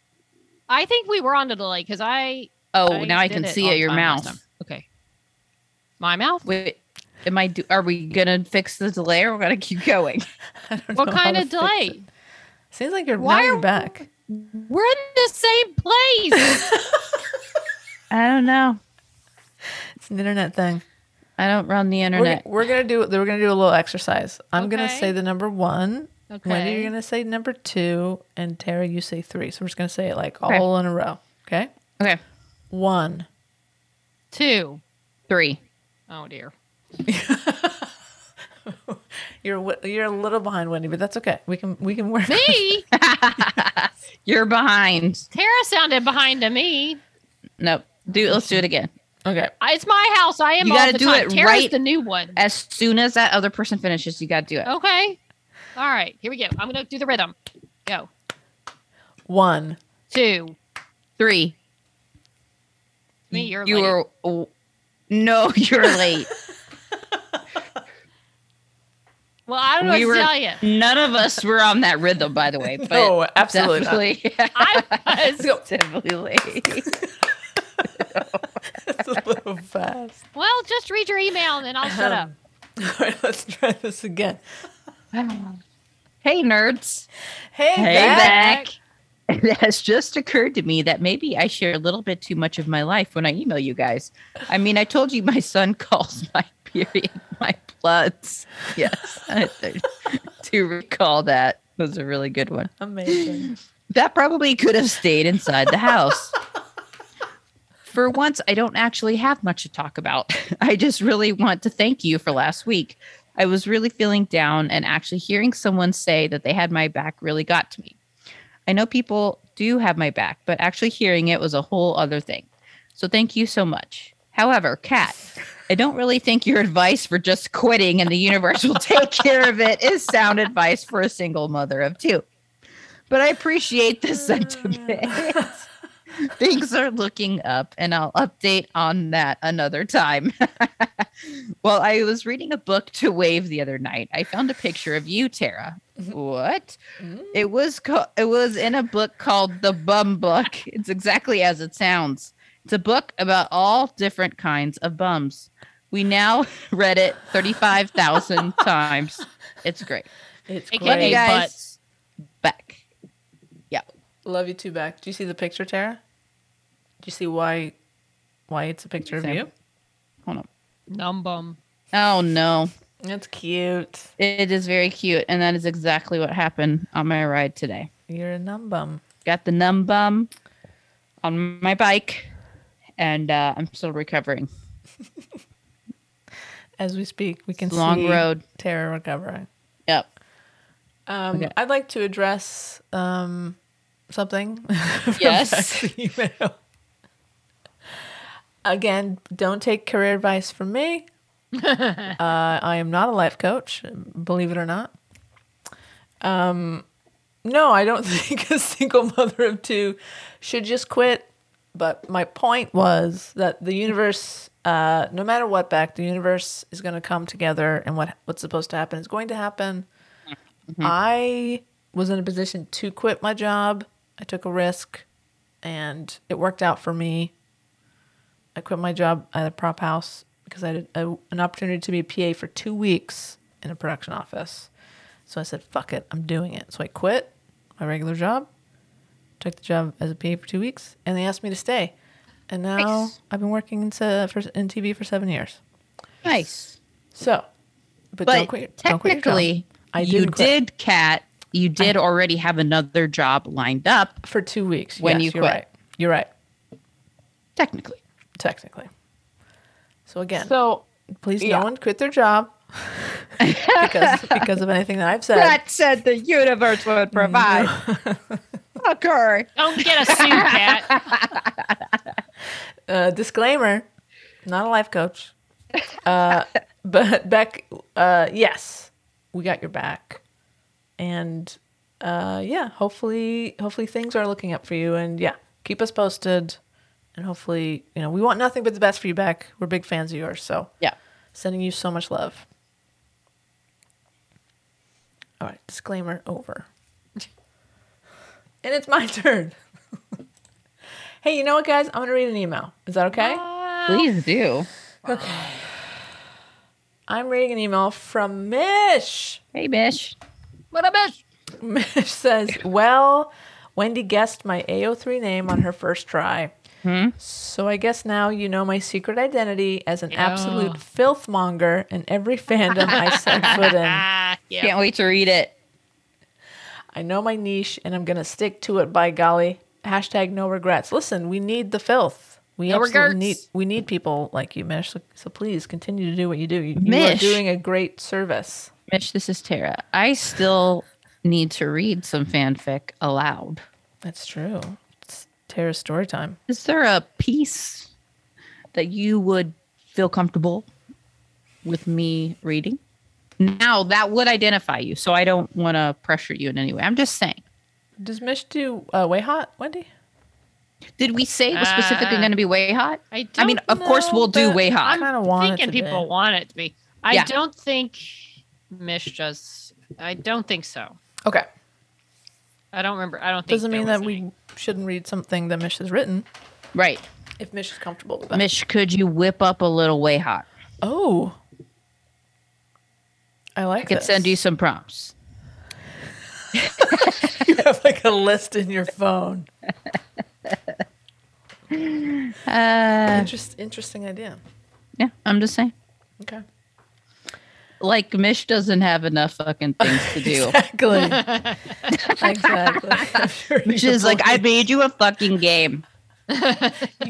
I think we were on the delay because I.
Oh,
I
now I
did
can
it
see
on
it. Your
time last
mouth.
time. Okay. My mouth.
Wait, am I? Do, are we gonna fix the delay, or we're gonna keep going?
I don't
What
know how
kind
to
of
fix
delay?
it. Seems like you're
Why
now
are-
you're back.
We're in the same place.
I don't know.
It's an internet thing.
I don't run the
We're,
internet.
g- we're gonna do. We're gonna do a little exercise. I'm gonna
Okay.
say the number one.
Okay.
Wendy, you're gonna say number two, and Tara, you say three. So we're just gonna say it like
Okay.
all in a row. Okay.
Okay.
One.
Two.
Three.
Oh dear.
You're wi- you're a little behind Wendy, but that's okay. We can we can work.
Me?
You're behind.
Tara sounded behind to me.
Nope. Do let's do it again.
Okay.
I- It's my house. I am
You
all
gotta
the
do
time.
it
Tara's
right-
the new one.
As soon as that other person finishes, you got to do
Oh.
it.
Okay. All right. Here we go. I'm gonna do the rhythm. Go.
One.
Two.
Three.
Me, you're
you
late.
were. oh, no, you're late.
Well, I don't know
we
what
were-
to tell you.
None of us were on that rhythm, by the way. But
No, absolutely not.
definitely,
I was.
definitely late.
That's a little fast.
Well, just read your email and then I'll shut
Um.
up.
All right, let's try this again.
hey, nerds.
Hey,
Hey,
Beck.
Beck. It has just occurred to me that maybe I share a little bit too much of my life when I email you guys. I mean, I told you my son calls my period my bloods. Yes, I do recall that. That was a really good one.
Amazing.
That probably could have stayed inside the house. for once, I don't actually have much to talk about. I just really want to thank you for last week. I was really feeling down, and actually hearing someone say that they had my back really got to me. I know people do have my back, but actually hearing it was a whole other thing. So thank you so much. However, Kat, I don't really think your advice for just quitting and the universe will take care of it is sound advice for a single mother of two. But I appreciate the sentiment. Things are looking up, and I'll update on that another time. While I was reading a book to wave the other night, I found a picture of you, Tara. What? It was co- it was in a book called The Bum Book. It's exactly as it sounds. It's a book about all different kinds of bums. We now read it 35,000 times. It's great.
It's
It
Love
can be-
great.
you
Great.
guys. Back.
Love you too, Beck. Do you see the picture, Tara? Do you see why why it's a picture of
Sam.
you?
Hold on.
Numbum.
Oh no.
That's cute.
It is very cute and that is exactly what happened on my ride today.
You're a numbum.
Got the numb bum on my bike and uh, I'm still recovering.
As we speak, we can
It's a long
see
road.
Tara recovering.
Yep.
Um,
Okay.
I'd like to address um, something. from
Yes.
Beck's email. Again, don't take career advice from me. uh, I am not a life coach, believe it or not. Um, no, I don't think a single mother of two should just quit. But my point was that the universe, uh, no matter what, back the universe is going to come together, and what what's supposed to happen is going to happen.
Hmm.
I was in a position to quit my job. I took a risk and it worked out for me. I quit my job at a prop house because I had a, an opportunity to be a PA for two weeks in a production office. So I said, fuck it, I'm doing it. So I quit my regular job, took the job as a PA for two weeks, and they asked me to stay. And now
Nice.
I've been working in, se- for, in TV for seven years.
Nice.
So, but,
but
don't quit, don't quit your job.
technically,
I
you
didn't quit.
did, Kat. You did already have another job lined up,
for two weeks
when
Yes,
you
you're
quit.
right. You're right.
technically.
technically. So again,
So
please
yeah.
no one quit their job because because of anything that I've said.
said the universe
Mm.
would provide. Occur.
don't get a suit, Cat.
Uh, disclaimer: not a life coach, uh, but Beck, uh, yes, we got your back, and uh, yeah, hopefully, hopefully things are looking up for you, and yeah, keep us posted, and hopefully, you know, we want nothing but the best for you, Beck. We're big fans of yours, so
Yeah.
Sending you so much love. All right, disclaimer over. and it's my turn. hey, you know what, guys? I'm going to read an email. Is that okay?
Please do.
I'm reading an email from Mish.
Hey, Bish.
What a bitch.
Mish says, Well, Wendy guessed my AO3 name on her first try.
Mm-hmm.
So I guess now you know my secret identity as an absolute
Yeah.
filthmonger in every fandom I set foot in.
Ah, yeah.
Can't wait to read it.
I know my niche and I'm gonna stick to it. By golly, hashtag no regrets. Listen, we need the filth. We
No
absolutely
regrets.
need we need people like you, Mish. So, so please continue to do what you do. You, you are
Mish.
doing a great service.
Mitch, this is Tara. I still need to read some fanfic aloud.
That's true. It's Tara's story time.
Is there a piece that you would feel comfortable with me reading? Now that would identify you, so I don't want to pressure you in any way. I'm just saying.
Does Mish do uh, way hot, Wendy?
Did we say it was specifically
Uh,
going to be way hot?
I,
I mean,
don't
of course,
know,
we'll do
but
way hot.
I'm kinda want it
thinking
to be.
people want it to be. I
Yeah.
don't think Mish does. I don't think so.
Okay.
I don't remember. I don't think
Doesn't
there
mean
was
that
any.
we shouldn't read something that Mish has written
right,
if Mish is comfortable with that.
Mish? Could you whip up a little way hot?
Oh. I like
I could
this.
send you some prompts.
you have like a list in your phone.
Uh,
Interest, interesting idea.
yeah, I'm just saying.
Okay.
Like Mish doesn't have enough fucking things to do.
Exactly. exactly. I'm sure
Mish
you're
is like, I
both-
made you a fucking game.
you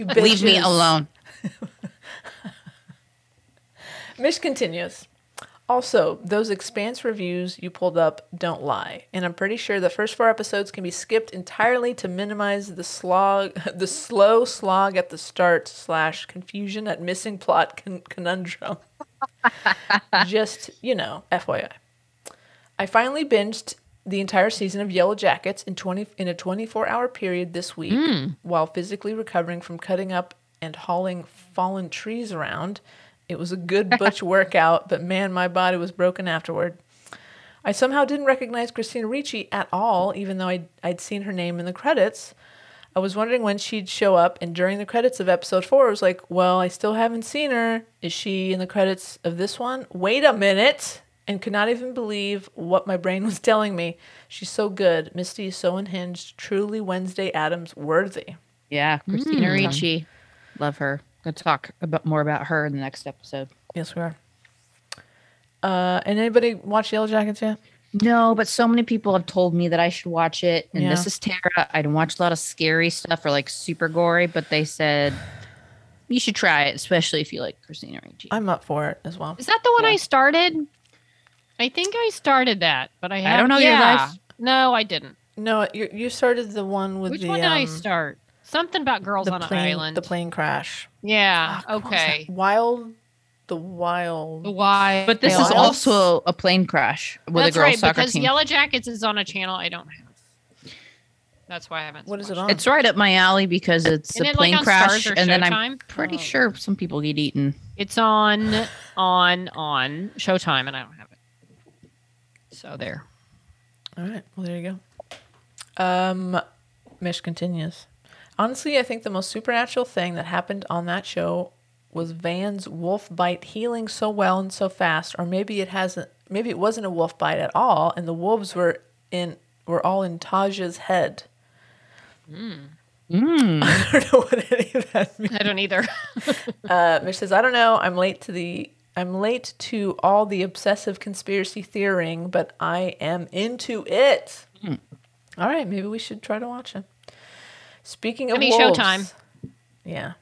Leave me
bitches.
alone.
Mish continues. Also, those expanse reviews you pulled up don't lie, and I'm pretty sure the first four episodes can be skipped entirely to minimize the slog, the slow slog at the start slash confusion at missing plot con- conundrum. Just you know, FYI. I finally binged the entire season of Yellow Jackets in 20 in a 24-hour period this week while physically recovering from cutting up and hauling fallen trees around. It was a good butch workout, but man, my body was broken afterward. I somehow didn't recognize Christina Ricci at all, even though I'd, I'd seen her name in the credits. I was wondering when she'd show up, and during the credits of episode four, I was like, well, I still haven't seen her. Is she in the credits of this one? Wait a minute! And could not even believe what my brain was telling me. She's so good. Misty is so unhinged. Truly Wednesday Adams worthy.
Yeah, Christina Ricci. Love her. Gonna talk about more about her in the next episode.
Yes, we are. Uh, and anybody watch Yellow Jackets yet?
No, but so many people have told me that I should watch it. And
Yeah.
this is Tara. I don't watch a lot of scary stuff or like super gory, but they said you should try it, especially if you like Christina Ricci.
I'm up for it as well.
Is that the one
Yeah.
I started? I think I started that, but I, have,
don't know your
yeah.
life.
No, I didn't.
No, you, you started the one with
Which
the
one did I
um,
start? Something about girls
the
on
plane,
an island.
the plane Ah, crash.
Yeah.
Fuck, what was that?
okay.
Wild, the wild.
The why?
but this is
Wild?
also a plane crash with
that's
a girls'
right
soccer
because
team.
Yellow Jackets is on a channel I don't have. That's why I haven't.
What is it
watched
on?
it's right up my alley because it's
Isn't
a
it, like,
plane
on
crash,
Stars or
and then I'm
Showtime?
pretty
Oh.
sure some people get eaten.
It's on on on Showtime, and I don't have it. So there.
All right. Well, there you go. Um, Mish continues. Honestly, I think the most supernatural thing that happened on that show was Van's wolf bite healing so well and so fast, or maybe it hasn't. Maybe it wasn't a wolf bite at all, and the wolves were in were all in Taja's head. I don't know what any of that means.
I don't either.
Uh, Mish says, "I don't know. I'm late to the. I'm late to all the obsessive conspiracy theorying, but I am into it. All right, maybe we should try to watch it. Speaking of
I mean,
wolves,
Showtime.
Yeah.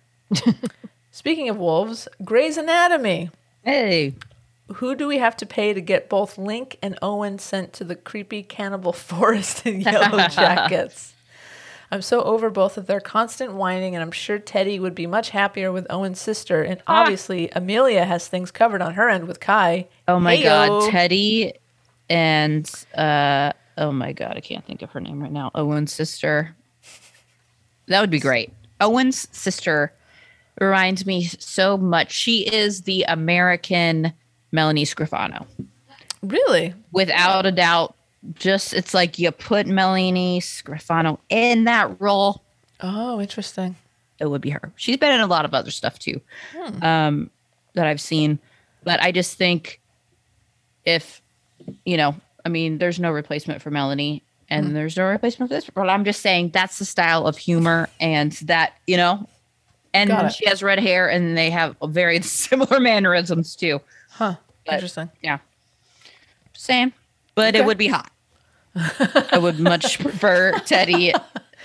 Speaking of wolves, Grey's Anatomy.
Hey,
Who do we have to pay to get both Link and Owen sent to the creepy cannibal forest in yellow jackets? I'm so over both of their constant whining, and I'm sure Teddy would be much happier with Owen's sister. And
Ah.
obviously, Amelia has things covered on her end with Kai.
Oh my
Heyo.
god, Teddy and uh oh my god, I can't think of her name right now. Owen's sister. That would be great. Owen's sister reminds me so much. She is the American Melanie Scrifano.
Really?
Without a doubt, just it's like you put Melanie Scrifano in that role,
Oh, interesting.
it would be her. She's been in a lot of other stuff too,
Hmm.
um, that I've seen. But I just think if you know, I mean, there's no replacement for Melanie,
Hmm.
and there's no replacement for this. But I'm just saying that's the style of humor, and that you know, And
Got it.
she has red hair, and they have very similar mannerisms too.
Huh.
But-
Interesting.
Same, but it
Okay.
would be hot. I would much prefer Teddy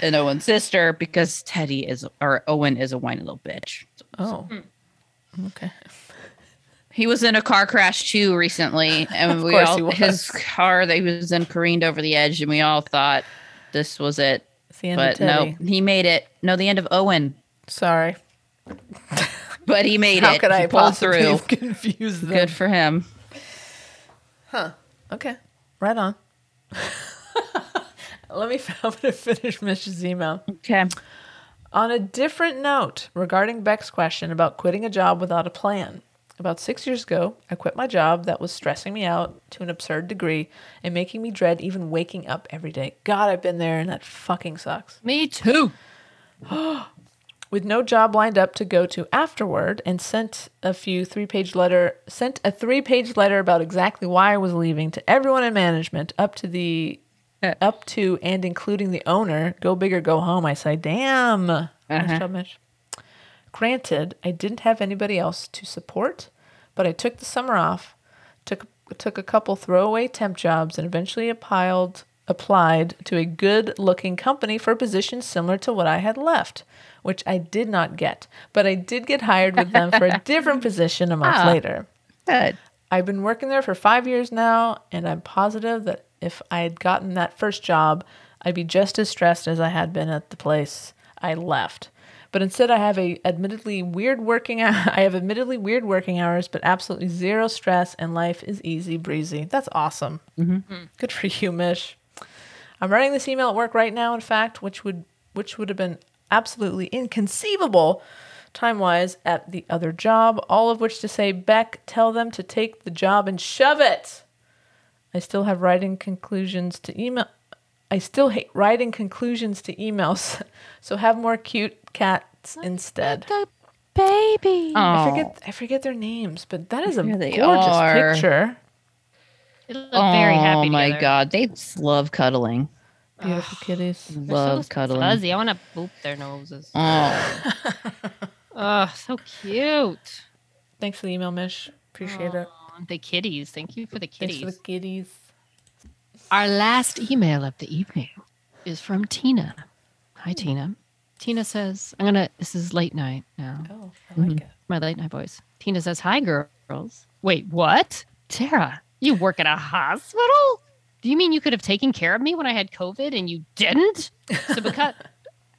and Owen's sister because Teddy is or Owen is a whiny little bitch.
Oh. Okay.
He was in a car crash too recently, and
Of
we
course
all
he was.
his car that he was in careened over the edge, and we all thought this was it.
It's the end of
hmm. but
Teddy.
no, he made it. No, the end of Owen,
Sorry.
but he made
How
it.
could
He
I
pulled
possibly
through?
have confused them?
Good for him.
Okay. Right on. Let me I'm gonna finish Mish's email.
Okay.
On a different note, regarding Beck's question about quitting a job without a plan. About six years ago, I quit my job that was stressing me out to an absurd degree and making me dread even waking up every day. God, I've been there and that fucking sucks.
Me too.
with no job lined up to go to afterward and sent a few three-page letter sent a three-page letter about exactly why I was leaving to everyone in management up to the up to and including the owner go big or go home I say damn nice job Mitch granted I didn't have anybody else to support but I took the summer off took took a couple throwaway temp jobs and eventually applied applied to a good looking company for a position similar to what I had left, which I did not get, but I did get hired with them for a different position a month later.
Good.
I've been working there for five years now, and I'm positive that if I had gotten that first job, I'd be just as stressed as I had been at the place I left. But instead, I have a admittedly weird working. I have admittedly weird working hours, but absolutely zero stress, and life is easy breezy. That's awesome. Good for you, Mish. I'm writing this email at work right now, in fact, which would which would have been absolutely inconceivable time wise at the other job, all of which to say, Beck, tell them to take the job and shove it. I still have writing conclusions to email I still hate writing conclusions to emails, so have more cute cats instead.
Baby.
I
Oh,
forget I forget their names, but that is a
Here they
gorgeous
are.
picture.
They look very happy.
Oh my
together.
god, they love cuddling.
Beautiful kitties.
They're
Love
so
cuddling.
Fuzzy. I want to boop their noses.
Oh,
Oh, so cute.
Thanks for the email, Mish. Appreciate it.
Aw, The kitties. Thank you for the
Thanks
kitties.
for the kitties.
Our last email of the evening is from Tina. Hi, Tina. Tina says, I'm going to, this is late night now,
Oh, I like it.
my late night voice. Tina says, Hi, girls. Wait, what? Tara, you work at a hospital? Do you mean you could have taken care of me when I had COVID and you didn't? So, because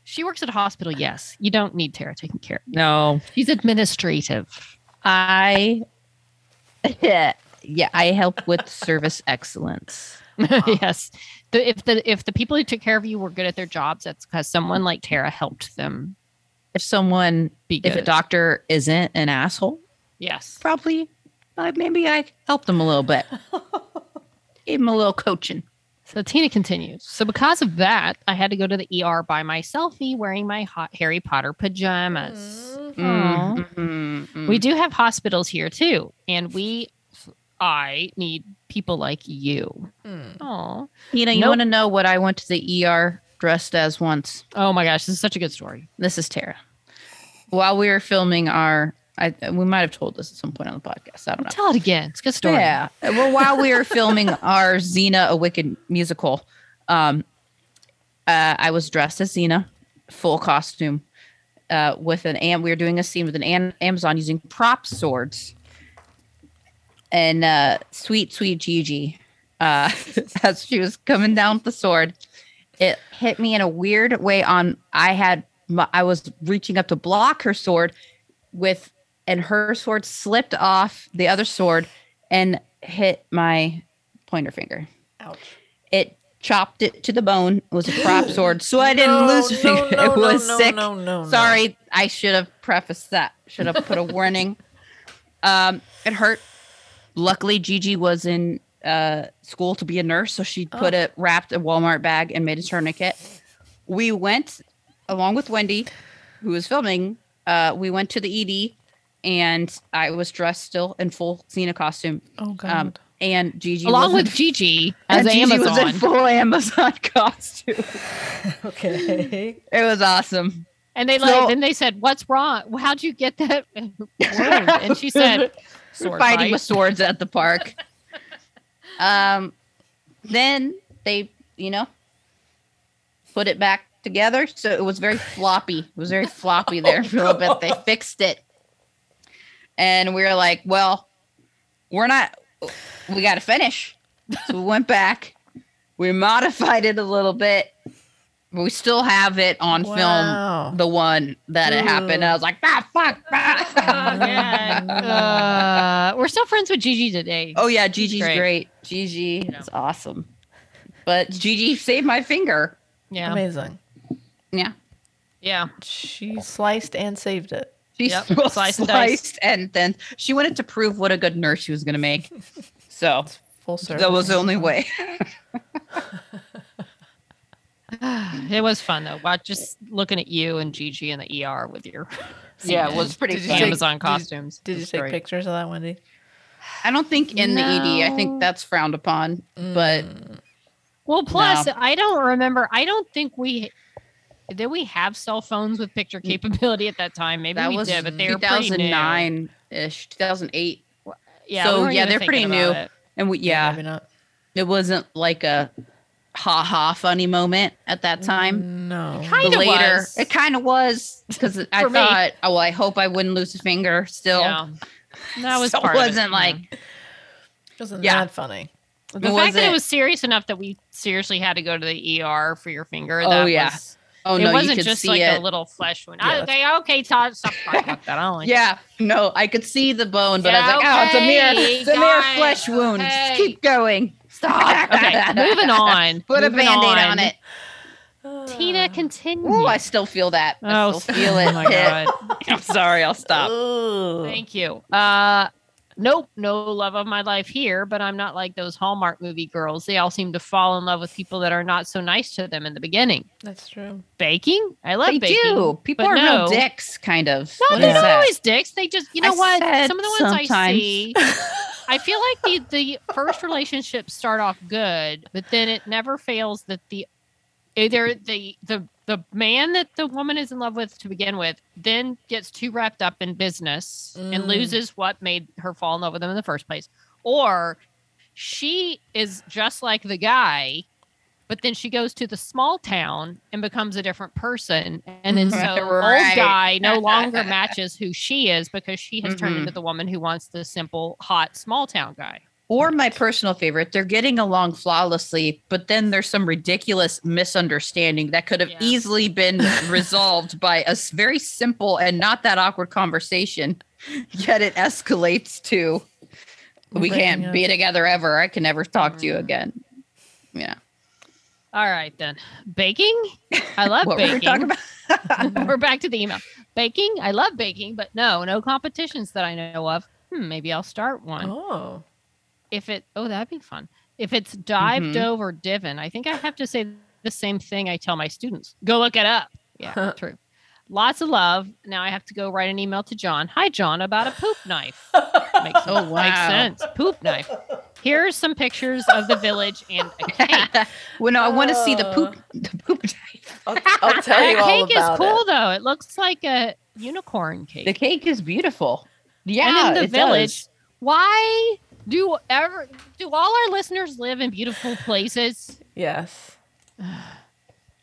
she works at a hospital, yes, you don't need Tara taking care of.
no.
She's administrative.
I yeah, yeah, I help with service excellence.
yes. The, if the if the people who took care of you were good at their jobs, that's because someone like Tara helped them
If someone
be good.
if a doctor isn't an asshole,
yes.
probably uh, maybe I helped them a little bit. Gave them a little coaching.
So Tina continues. So because of that, I had to go to the ER by myself, me wearing my hot Harry Potter pajamas.
Mm, mm, mm.
We do have hospitals here too, and we, I need people like you.
Mm.
Oh,
you know, you
Nope.
want to know what I went to the ER dressed as once.
oh my gosh, this is such a good story.
This is Tara. While we were filming our, I, we might have told this at some point on the podcast. I don't know.
Tell it again. It's a good story.
Yeah. Uh, Well, while we were filming our Xena, a Wicked musical, um, uh, I was dressed as Xena, full costume, uh, with an am. We were doing a scene with an, an Amazon using prop swords, and uh, sweet, sweet Gigi, uh, as she was coming down with the sword, it hit me in a weird way. On I had, my, I was reaching up to block her sword with and her sword slipped off the other sword and hit my pointer finger.
Ouch.
It chopped it to the bone. It was a prop sword, so I
No,
didn't lose a
no,
finger.
no,
it was
no, no,
sick.
no, no, no.
Sorry, I should have prefaced that. Should have put a warning. Um, it hurt. Luckily, Gigi was in uh, school to be a nurse, so she
Oh.
put it wrapped a Walmart bag and made a tourniquet. We went along with Wendy, who was filming. Uh, we went to the ED, and I was dressed still in full Xena costume.
Oh God.
Um, and Gigi
Along
was in-
with Gigi as
and
an
Gigi
Amazon.
was in full Amazon costume.
okay.
It was awesome.
And they like,
So-
then they said, "What's wrong? How'd you get that?" wound?" and she said,
We're
"Sword
fighting
fight."
with swords at the park. um, then they, you know, put it back together. So it was very floppy. It was very floppy there for a little bit.
Oh.
They fixed it. And we were like, well, we're not, we got to finish. So we went back, we modified it a little bit, but we still have it on
Wow.
film, the one that it happened. I was like, ah, fuck. ah."
Oh, man. Uh, we're still friends with Gigi today.
Oh yeah, Gigi's
great.
great. Gigi is awesome. But Gigi saved my finger.
yeah,
Amazing.
Yeah.
yeah.
She sliced and saved it.
She
Yep,
well,
slice
sliced,
and dice.
and then she wanted to prove what a good nurse she was gonna make. So
Full circle.
that was the only way.
It was fun though. Watch just looking at you and Gigi in the ER with your
yeah, it was pretty
Did you
fun.
take-
Amazon costumes.
Did you
That's
take
great.
pictures of that, Wendy?
I don't think in the ED. I
No.
think that's frowned upon.
Mm.
But
Well, plus
No.
I don't remember. I don't think we did. We have cell phones with picture capability at that time. Maybe
Mm. that
we
was
did, but they were pretty new.
2009 ish, 2008.
Yeah,
So,
we weren't
yeah,
even
they're
thinking
pretty
about
new.
it.
And we yeah,
Maybe not.
it wasn't like a ha ha funny moment at that time.
No.
Kind- Kinda
the later.
was.
It kind of was because I
For me.
thought, oh, well, I hope I wouldn't lose a finger. Still,
Yeah. That was
So it
part of it,
wasn't
yeah.
like
wasn't
Yeah.
that funny.
the
was
fact that
it-
it was serious enough that we seriously had to go to the ER for your finger.
Oh,
that
yeah.
was-
oh
it
no, you
wasn't
could
just
see
like
it.
a little flesh wound.
Yeah,
okay, okay, Todd, stop talking about that. I don't like
yeah, no, I could see the bone, but I was
Yeah,
like, oh, it's a mere,
okay,
it's a mere
guys,
flesh wound.
okay.
Just keep going. Stop.
Okay, moving on.
Put
moving
a band-aid on, it.
Tina, continue.
Ooh, I still feel that. I
oh,
still feel it.
Oh my god.
I'm sorry. I'll stop.
Ugh.
Thank you. Uh nope, no love of my life here, but I'm not like those Hallmark movie girls. They all seem to fall in love with people that are not so nice to them in the beginning.
That's true.
Baking? I love
They
baking.
do. People
but
are
no.
real dicks, kind of.
No,
What
they're
is
not
that?
always dicks. They just you know
I
what?
said
Some of the ones I
sometimes.
see I feel like the the first relationships start off good, but then it never fails that the either the the the man that the woman is in love with to begin with then gets too wrapped up in business and
Mm.
loses what made her fall in love with him in the first place or she is just like the guy but then she goes to the small town and becomes a different person and then so
Mm-hmm.
old
Right.
guy no longer matches who she is because she has turned
Mhm.
into the woman who wants the simple hot small town guy
Or my personal favorite, they're getting along flawlessly, but then there's some ridiculous misunderstanding that could have
Yeah.
easily been resolved by a s- very simple and not that awkward conversation. Yet it escalates to we
Breaking
can't
up.
be together ever. I can never talk to you
Mm.
again. Yeah.
All right then. Baking? I love
What
baking.
were we talking about?
We're back to the email. Baking? I love baking, but no, no competitions that I know of. Hmm, maybe I'll start one.
Oh.
If it oh, that'd be fun. If it's dive,
Mhm.
dove, or divin, I think I have to say the same thing I tell my students. Go look it up. Yeah, true. Lots of love. Now I have to go write an email to John. Hi, John, about a poop knife. Makes,
Oh,
makes
wow.
sense. Poop knife. Here's some pictures of the village and a cake.
well, no, I want to see the
Uh,
poop. The poop.
I'll, I'll tell you
That
all
cake is
about
cool
it.
though. It looks like a unicorn cake.
The cake is beautiful. Yeah,
and in the
it
village,
does.
why do ever do all our listeners live in beautiful places?
Yes.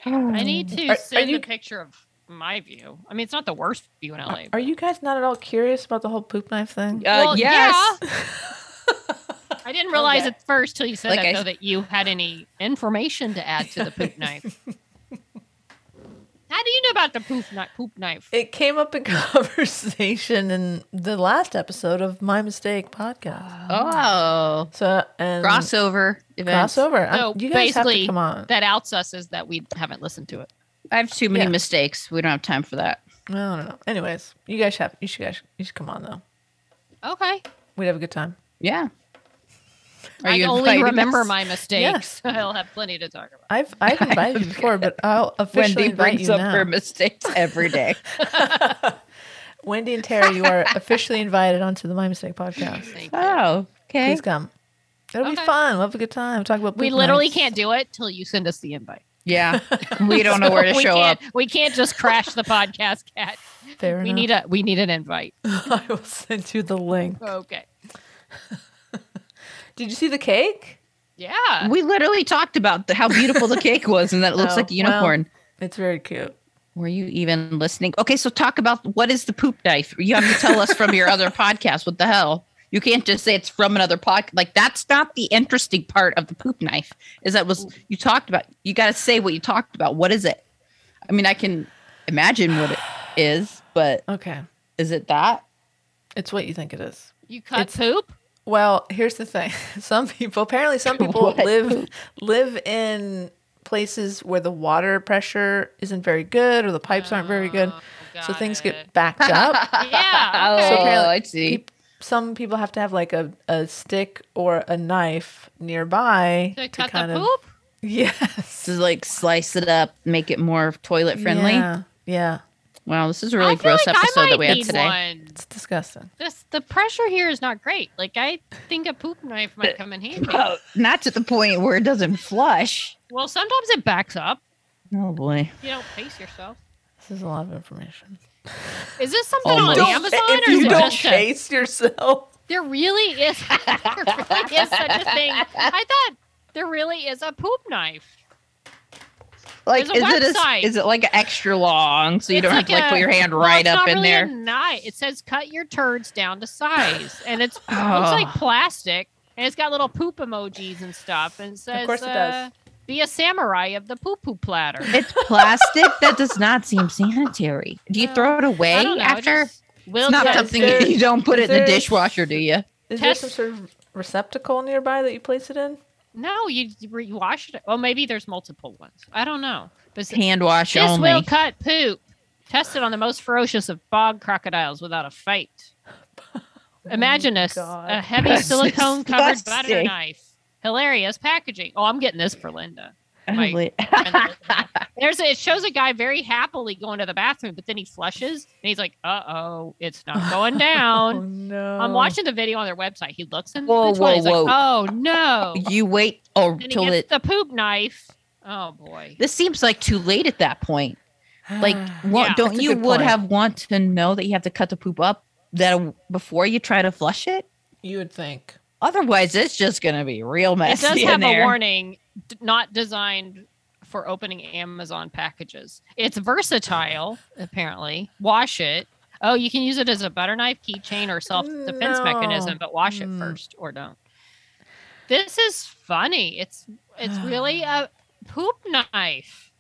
I need to
Are- are
send
you-
a picture of my view. I mean, it's not the worst view in LA.
Are, are you uh, guys not at all curious about the whole poop knife thing?
Uh,
Well,
yes.
yeah. I didn't realize
Okay.
at first till you said
Like
that
I
though
s-
that you had any information to add to the poop knife. How do you know about the poop knife? Poop knife.
It came up in conversation in the last episode of My Mistake podcast.
Um,
Oh,
So and
crossover events.
crossover. I'm-
So
um, you guys have to
basically,
come on.
That outs us is that we haven't listened to it.
I have too many
Yeah.
mistakes. We don't have time for that.
I don't know. Anyways, you guys have you should guys you should come on though.
Okay.
We'd have a good time.
Yeah. Are
I
you
only
inviting
remember
us?
my mistakes. I'll have plenty to talk about.
I've I've invited you before, but I'll officially
Wendy
invite
brings
you
up
now.
her mistakes every day.
Wendy and Terry, you are officially invited onto the My Mistake podcast.
Thank you.
oh, okay.
Please come. It'll
Okay.
be fun. We'll have a good time. Talk about
We
poop
literally
knives.
can't do it till you send us the invite.
Yeah. We don't know where to
we
show up.
can't, We can't just crash the podcast, Cat.
Fair
We
enough.
need a we need an invite.
I will send you the link.
Okay.
Did you see the cake?
Yeah.
We literally talked about the, how beautiful the cake was and that it looks
Oh,
like a
well.
unicorn.
It's very cute.
Were you even listening? Okay, so talk about what is the poop knife? You have to tell us from your other podcast. What the hell? You can't just say it's from another podcast. Like that's not the interesting part of the poop knife. Is that was you talked about? You got to say what you talked about. What is it? I mean, I can imagine what it is, but
Okay.
is it that?
It's what you think it is.
you cut
it's-
poop?
Well, here's the thing. Some people apparently some people
What?
live live in places where the water pressure isn't very good or the pipes aren't very good.
Oh,
So
got
things
it.
get backed up.
Yeah.
Oh,
okay.
So apparently-
I see.
Peop- Some people have to have like a, a stick or a knife nearby
to cut the poop?
Yes.
This is like slice it up, make it more toilet friendly.
Yeah. yeah.
Wow, this is a
I
really
feel
gross
like I
episode
might
that we had
need
today.
One.
It's disgusting.
This the pressure here is not great. Like I think a poop knife might come in handy.
Oh, not to the point where it doesn't flush.
Well, sometimes it backs up.
Oh boy.
You don't pace yourself.
This is a lot of information.
Is this something
Almost.
on
Don't-
Amazon or is it just a-
yourself.
There really is. there really is such a thing. I thought there really is a poop knife.
Like
There's a
is it
website.
a, is it like an extra long so you
It's
don't
like
have to like put
a-
your hand
Well,
right
it's
up
not
in
really a
there?
knife. It says cut your turds down to size, and it's it
Oh.
looks like plastic, and it's got little poop emojis and stuff, and it says,
course it
uh,
does.
"Be a samurai of the poo poo platter."
It's plastic. that does not seem sanitary. Do you
Well,
throw it away
I don't know, it
after?
just- will
It's not
does.
something
there-
you don't put it in the
there-
dishwasher, do you?
Test-
Is there some sort of receptacle nearby that you place it in?
No, you, you re- wash it. Well, maybe there's multiple ones. I don't know. But s-
Hand wash
this
only.
will cut poop. Tested on the most ferocious of bog crocodiles without a fight. Imagine a, s-
Oh, God.
a heavy
That's
silicone covered butter
disgusting.
knife. Hilarious packaging. Oh, I'm getting this for Linda. like-
Holy-
There's a, it shows a guy very happily going to the bathroom, but then he flushes and he's like, "Uh oh, it's not going
Oh
down."
no.
I'm watching the video on their website. He looks in
Whoa,
the toilet. He's
whoa,
like, "Oh no!"
you wait or
And he
till
gets
it
the poop knife. Oh boy.
this seems like too late at that point. Like, wa-
Yeah.
don't
That's a
you
good
would
point.
have want to know that you have to cut the poop up that before you try to flush it?
you would think.
Otherwise, it's just gonna be real
It
messy.
does
in
have
there.
a warning, d- not designed for opening Amazon packages. It's versatile, apparently. Wash it. Oh, you can use it as a butter knife, keychain, or self defense
No.
mechanism, but wash it
Mm.
first or don't. This is funny. It's it's really a poop knife.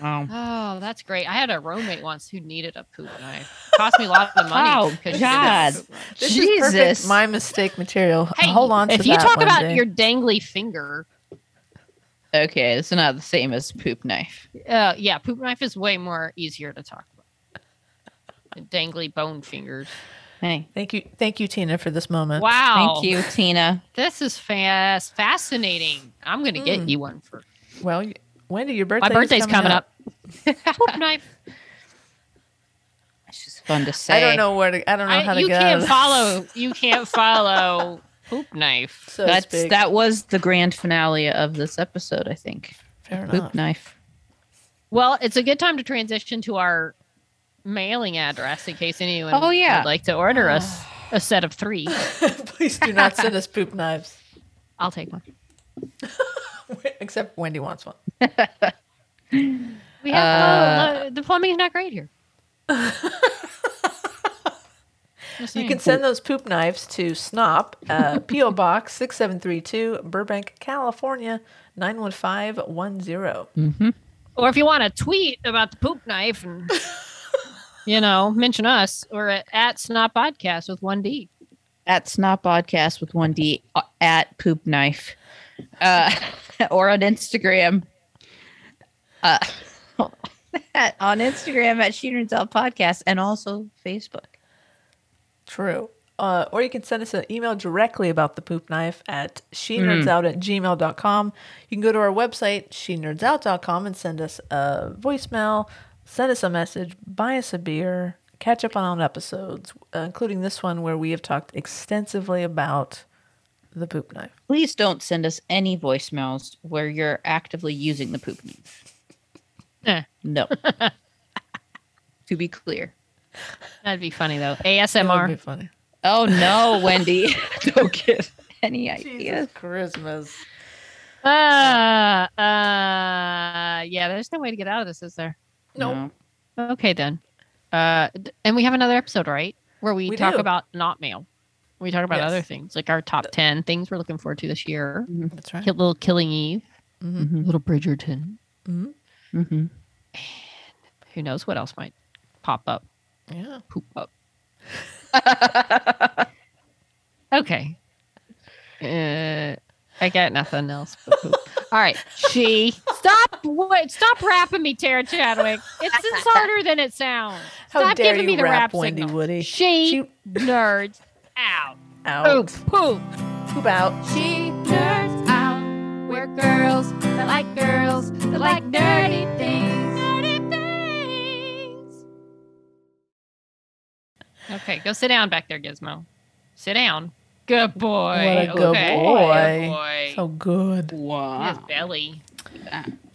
Wow.
Oh, that's great. I had a roommate once who needed a poop knife. Cost me a lot of money.
Oh,
'cause she didn't
God.
have a poop knife.
This is
Jesus.
perfect my mistake material.
Hey,
Hold on to
If you
that
talk
one
about
day.
your dangly finger,
okay, it's not the same as poop knife.
Uh, yeah, poop knife is way more easier to talk about. Than Dangly bone fingers.
Hey.
Thank you Uh, thank you Tina for this moment.
Wow.
Thank you, Tina.
This is fast, fascinating. I'm gonna get
Mm.
you one for
Well, you- Wendy, your birthday
my birthday's
is
coming, up. poop knife.
It's just fun to say.
I don't know where to I don't know
I-
how to
you
get out of
can't
this.
follow. You can't follow poop knife.
So to
That's
speak.
that was the grand finale of this episode. I think
Fair
poop
enough.
knife.
Well, it's a good time to transition to our mailing address in case anyone
Oh, yeah.
would like to order us a set of three.
Please do not send us poop knives.
I'll take one.
Except Wendy wants one.
We have oh,
Uh,
the- the plumbing's not great here. Just
You
saying.
can send those poop knives to Snop, uh, P.O. Box 6732, Burbank, California, 91510.
Mm-hmm.
or if you want to tweet about the poop knife and you know mention us or at, at snot podcast with one d
At Snot Podcast with one D uh, at Poop Knife. Uh, or on Instagram. Uh at, on Instagram at Shooter and Tell Podcast and also Facebook.
True. Uh, or you can send us an email directly about the poop knife
Mm.
at she nerds out at gmail.com. You can go to our website, she nerds out.com, and send us a voicemail, send us a message, buy us a beer, catch up on old episodes, uh, including this one where we have talked extensively about the poop knife.
Please don't send us any voicemails where you're actively using the poop knife.
Eh.
No. to be clear.
That'd be funny though.
That would be
ASMR.
funny.
Oh no, Wendy. don't give any ideas.
Christmas.
Uh, uh, yeah, there's no way to get out of this, is there?
Nope.
Okay, then. Uh, d- and we have another episode, right? Where we,
We
talk
do.
about not mail. We talk about
Yes.
other things, like our top 10 things we're looking forward to this year.
That's right.
Kill Little Killing Eve,
Mhm.
Little Bridgerton.
Mhm.
Mm-hmm.
Who knows what else might pop up,
Yeah.
poop up. Okay. Uh, I got nothing else. But poop. All right, she stop. Wait, stop rapping me, Tara Chadwick. It's, it's harder than it sounds.
How
Stop
dare
giving
you
me the
rap,
rap
Wendy
signal.
Woody.
She,
She- Oh.
nerds out.
Out.
Poop, poop.
Poop out.
She nerds out. We're girls that like girls that like nerdy things. Nerdy things.
Okay, go sit down back there, Gizmo. Sit down. Good boy.
What a good
okay.
boy.
Good boy.
So good.
His
Wow.
belly.